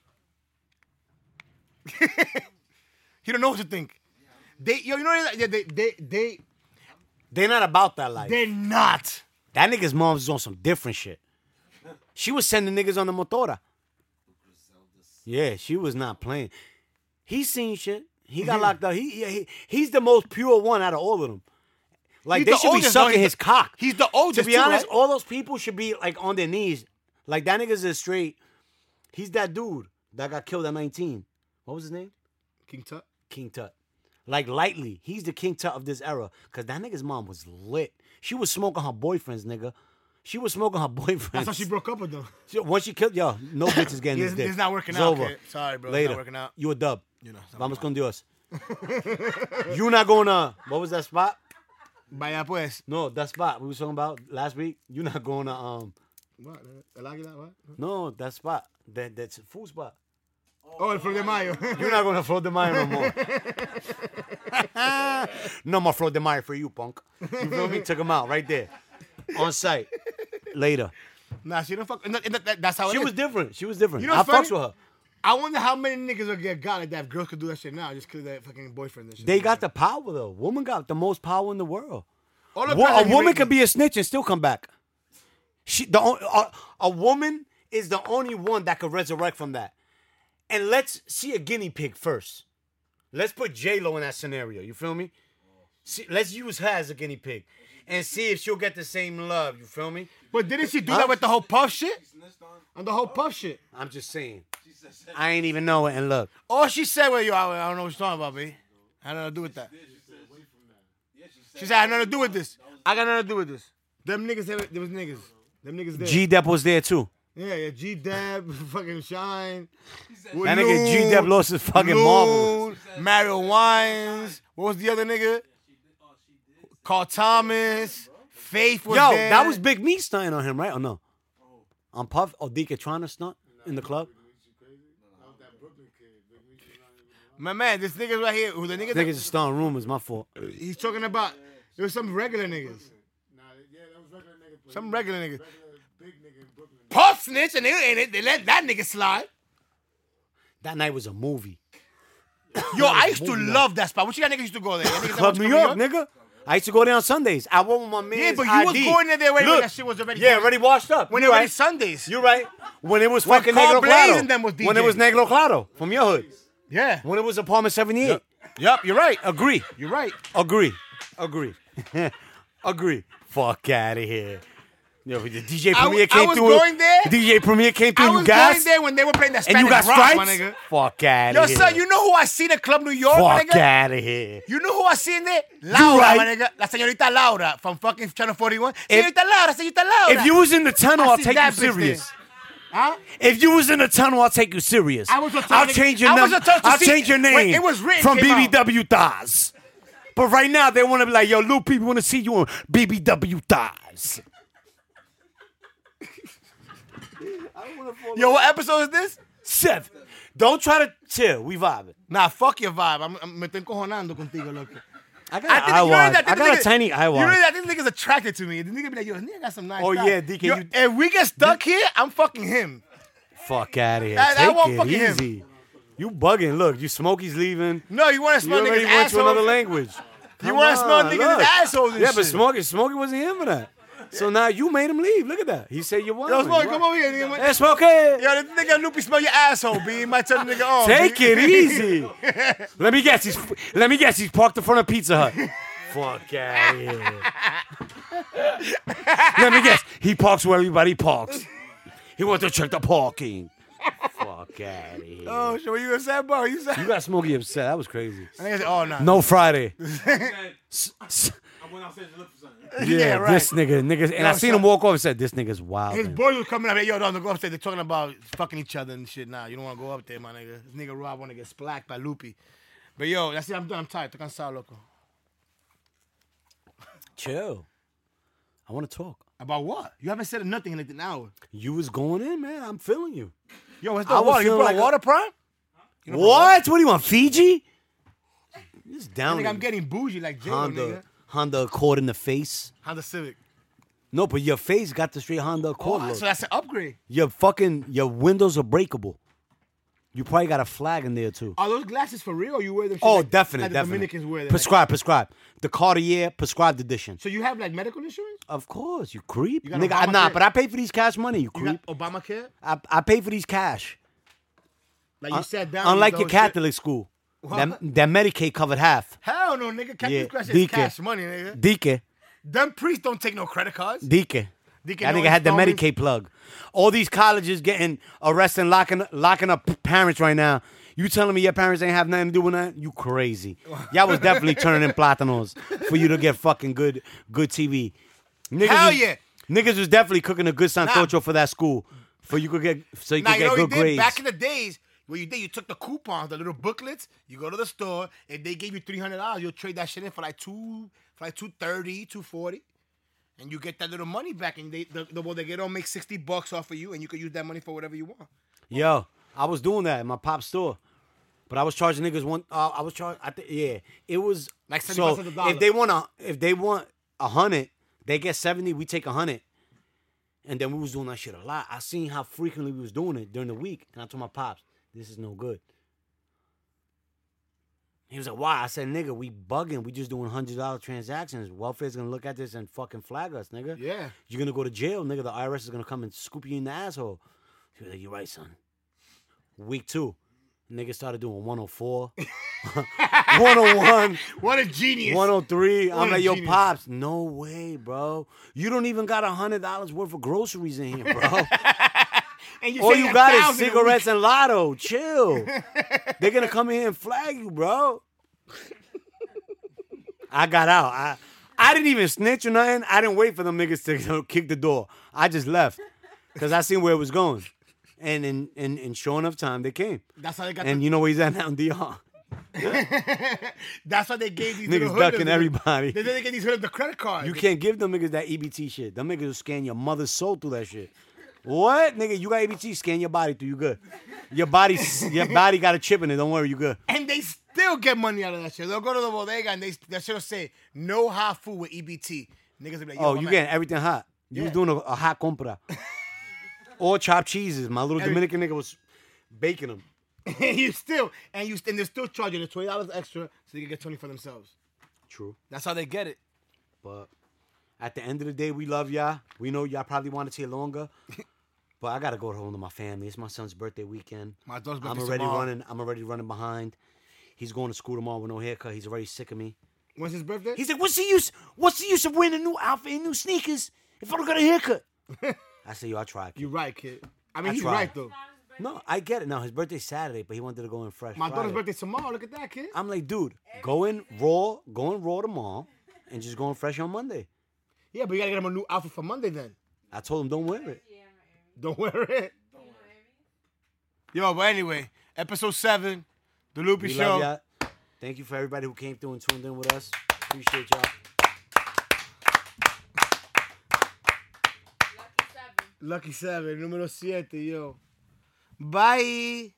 He don't know what to think. They, yo, you know, what it is? yeah, they, they, they,
they're not about that life
they're not.
that nigga's mom was on some different shit she was sending niggas on the motora yeah she was not playing he seen shit he got locked up he, yeah, he he's the most pure one out of all of them like
He's
they
the
should be
oldest, though.
sucking
He's
his
the-
cock
He's the oldest.
to be
too,
honest,
right?
all those people should be like on their knees. Like that nigga's a straight. He's that dude that got killed at 19. What was his name?
King Tut.
King Tut. Like lightly, he's the King Tut of this era. Cause that nigga's mom was lit. She was smoking her boyfriends, nigga. She was smoking her boyfriends.
That's how she broke up with them.
She- once she killed, yo, no bitch is getting
It's-
this dick.
it's not working
It's
out,
over.
kid. Sorry, bro, it's
Later,
not working out.
You a dub. You
know, it's not
Vamos con Dios. you not gonna. What was that spot?
Vaya pues.
No, that spot we was talking about last week. You not gonna. Um,
What? nigga? El águila, what?
no, that spot. That that's a food spot.
Oh, el Flor de Mayo.
You're not gonna float the mine no more. no more Floyd Meyer for you, punk. You feel me? Took him out right there, on site. Later,
Nah, she didn't fuck. and that- and that- that's how it
she
is.
was different. She was different.
You know
I
what's
fucks with
funny?
her.
I wonder how many niggas will get got like that if girls could do that shit now, just cause that fucking boyfriend. And shit.
They got the power though. Woman got the most power in the world.
All the
Wo-
girls
a
that you
woman
make-
could be a snitch and still come back. She the on- a, a woman is the only one that could resurrect from that. And let's see a guinea pig first. Let's put J Lo in that scenario. You feel me? See, let's use her as a guinea pig and see if she'll get the same love. You feel me?
But didn't she do
Huh?
that with the whole puff shit?
Snitched on.
On the whole puff shit.
I'm just saying.
She said, said
I ain't even know it. And look,
All she said was, "Yo, I, I don't know what you're talking about, babe. I don't know to do with that." She said, "I had nothing to do with this. I got nothing to do with this. Them niggas, there there was niggas. Them niggas there.
G Dep was there too.
yeah, yeah. G Dab, fucking Shine.
That nigga G Dep lost his fucking marbles.
Mario Wines. What was the other nigga? Carl Thomas. Faith was
Yo,
there.
that was Big Me stunting on him, right? Or no? On Puff Oh, or Decatrona stunt in the club?
my man. This niggas right here. Who the nigga?
Niggas is starting rumors, my fault.
that- he's talking about. There was some regular niggas. Some regular niggas. Puff snitch and they, and they, they let that nigga slide.
That night was a movie.
Yo, I used to love that spot. What you got niggas used to go there? Y'all niggas that
Club
was
New
from
York, nigga. I used to go there on Sundays. I went with my man.
Yeah, but you was going in there already when that shit was already.
Yeah, already washed up.
When
you
it was
right.
Sundays.
you right. When it was fucking
Carl
Negro
Blaze
Claro.
and them was
When it
DJing.
was Negro Claro from your hood.
yeah.
When it was apartment 78.
Yup, you're right.
Agree.
You're right.
Agree. Agree. Agree. Fuck out of here. Yo, the DJ
I was-
Premier
I
came
was
through.
going there.
DJ Premier came through.
I
you
was
guys.
going there when they were playing that
and
Spanish
you got
rock, my
stripes.
nigga.
Fuck out
Yo,
here.
son, you know who I seen at Club New York, my
Fuck
nigga?
out of here.
You know who I seen there? Laura,
right.
my nigga. La señorita Laura from fucking Channel 41.
If-
señorita Laura, señorita Laura.
If you was in the tunnel,
I
I'll
see
take you
that bitch
serious.
Huh?
If you was in the tunnel, I'll take you serious.
I was a tunnel
I'll
nigga.
change your
I was
number.
a tunnel to
I'll
see-
change your name.
Wait, it was written,
from
came out.
BBW Thighs. But right now they want to be like, yo, Lou, people want to see you on BBW Thighs.
Yo, what episode is this?
Seven. Don't try to chill. We vibing.
Nah, fuck your vibe. I'm, I'm, me estoy encojonando contigo, loco.
I got
I,
an
think,
eye
you know
wash.
that-
I
that
got
nigga-
a tiny eye
You know
wash.
that this nigga's attracted to me. The nigga be like, yo, this nigga got some nice.
Oh,
thighs.
yeah, DK,
Yo,
you-
If we get stuck here, I'm fucking him.
Fuck out of here.
I- I won't
Take
fucking him.
it easy. You bugging. Look, you Smokey's leaving.
No, you want to
You
smell niggas
already went to
asshole.
another language.
You wanna
Come
smell
on,
niggas'
look.
assholes and
Yeah, but
shit.
Smokey, Smokey wasn't here for that. So now you made him leave. Look at that. He said you're one.
Yo, Smokey, come over here, nigga.
Hey, Smokey.
Yo, this nigga Loopy smell your asshole, B. He might turn the nigga on.
Take
B.
it easy. let me guess. He's let me guess. He's parked in front of Pizza Hut. Fuck out of here. let me guess. He parks where everybody parks. He wants to check the parking. Fuck out of here.
Oh, shit, what you gonna say, bro? You
You
said.
got Smokey upset. That was crazy.
Nigga said, oh, nah.
No Friday. S- s-
I went outside to look for something.
yeah,
right.
this nigga, nigga, and I
Yo,
seen
son.
him walk off and said, "This nigga's wild."
His
man."
boys was coming up. Hey, yo, don't go upstairs. They're talking about fucking each other and shit. Nah, you don't want to go up there, my nigga. This nigga Rob want to get splacked by Loopy. But yo, that's it. I'm done. I'm tired. Estoy cansado, loco.
Chill. I want to talk.
About what? You haven't said nothing in like an hour.
You was going in, man. I'm feeling you.
Yo, what's
I
the
was
water? You
feeling
brought
like a-
water, prime?
What? What do you want, Fiji? This down.
Nigga, I'm
here.
getting bougie like J-Lo, nigga.
Honda, Honda Accord in the face.
Honda Civic.
No, but your face got the straight Honda Accord
Oh,
look.
so that's an upgrade.
your fucking your windows are breakable. You probably got a flag in there too.
Are those glasses for real? Or you wear them? shit
Oh,
Oh, like,
definite,
like the
definite.
Dominicans wear them. like-
prescribe, prescribe. The Cartier prescribed edition.
so you have like medical insurance?
Of course, you creep,
You got
nigga. I,
Obamacare?
nah, but I pay for these cash money. You
You
creep.
got Obamacare?
I, I pay for these cash.
Like you sat down.
Uh, Unlike
you
your
know, shit.
Catholic school, that,
What?
that Medicaid covered half.
Hell no, nigga.
Yeah,
Catholic yeah,
Deacon.
cash money, nigga.
Dike,
Them priests don't take no credit cards.
Dike.
Deacon
That
no
nigga had the
installments.
Medicaid plug. All these colleges getting arrested, and locking locking up parents right now. You telling me your parents ain't have nothing to do with that? You crazy? Y'all was definitely turning in platanos for you to get fucking good good TV. Niggas
Hell
was,
yeah.
Niggas was definitely cooking a good sancocho for that school, for you could get so you
Now
could
you know what
get
you
good
did
grades.
back in the days. What you did, you took the coupons, the little booklets. You go to the store. If they gave you three hundred dollars, you'll trade that shit in for like two, for like two thirty, two forty, and you get that little money back. And they, the, the well, they get on make sixty bucks off of you, and you can use that money for whatever you want.
Yo, I was doing that in my pop's store. But I was charging niggas one. Uh, I was charged. I think yeah. It was
Like 75
so
cents a dollar.
if they want a if they want a hundred, they get seventy. We take a hundred. And then we was doing that shit a lot. I seen how frequently we was doing it during the week, and I told my pops, "This is no good." He was like, "Why?" I said, "Nigga, we bugging. We just doing hundred dollar transactions. Welfare's gonna look at this and fucking flag us, nigga.
Yeah.
You're gonna go to jail, nigga. The IRS is gonna come and scoop you in the asshole." He was like, "You're right, son." Week two, nigga started doing 104, 101,
What a genius.
103.
What
I'm
a
like, yo,
genius.
pops, no way, bro. You don't even got a hundred dollars worth of groceries in here, bro.
and
All
saving
you
a
got is
thousand a week.
cigarettes and lotto. Chill. They're gonna come in here and flag you, bro. I got out. I I didn't even snitch or nothing. I didn't wait for them niggas to you know, kick the door. I just left because I seen where it was going. And in, in, in sure enough time, they came.
That's how they got.
And you know where he's at now in DR.
the, that's why they gave these little
Niggas
hoodlums
ducking
the-
everybody.
They they gave these hoodlums the credit card.
You can't give them niggas that EBT shit. Them niggas will scan your mother's soul through that shit. What nigga? You got EBT? Scan your body through. You good? Your body, your body got a chip in it. Don't worry, you good.
and they still get money out of that shit. They'll go to the bodega and they that shit'll say no hot food with EBT. Niggas will be like, Yo,
Oh,
my
you
man.
getting everything hot.
Yeah.
You was doing a, a hot compra. All chopped cheeses. My little Dominican nigga was baking them.
and you still and you st- and they're still charging the twenty dollars extra so they can get twenty for themselves.
True.
That's how they get it.
But at the end of the day, we love y'all. We know y'all probably wanted to hear longer. but I gotta go home to my family. It's my son's birthday weekend.
My daughter's
I'm
birthday's
already
tomorrow.
running. I'm already running behind. He's going to school tomorrow with no haircut. He's already sick of me.
When's his birthday?
He's like, "What's the use? What's the use of wearing a new outfit and new sneakers if I don't got a haircut?" I said, "Yo, I tried." kid."
You're right, kid. I mean,
I
he's
tried.
right though.
No, I get it. Now his birthday's Saturday, but he wanted to go in fresh.
My
Friday.
daughter's birthday tomorrow. Look at that, kid.
I'm like, dude, go in raw, go in raw tomorrow, and just go in fresh on Monday.
Yeah, but you gotta get him a new outfit for Monday then.
I told him, don't wear it.
Don't wear it. Yo, but anyway, episode seven, the Loopy
We
Show.
love y'all. Thank you for everybody who came through and tuned in with us. Appreciate y'all.
Lucky seven, numero siete, yo. Bye.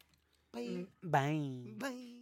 Mm.
Bye.
Bye.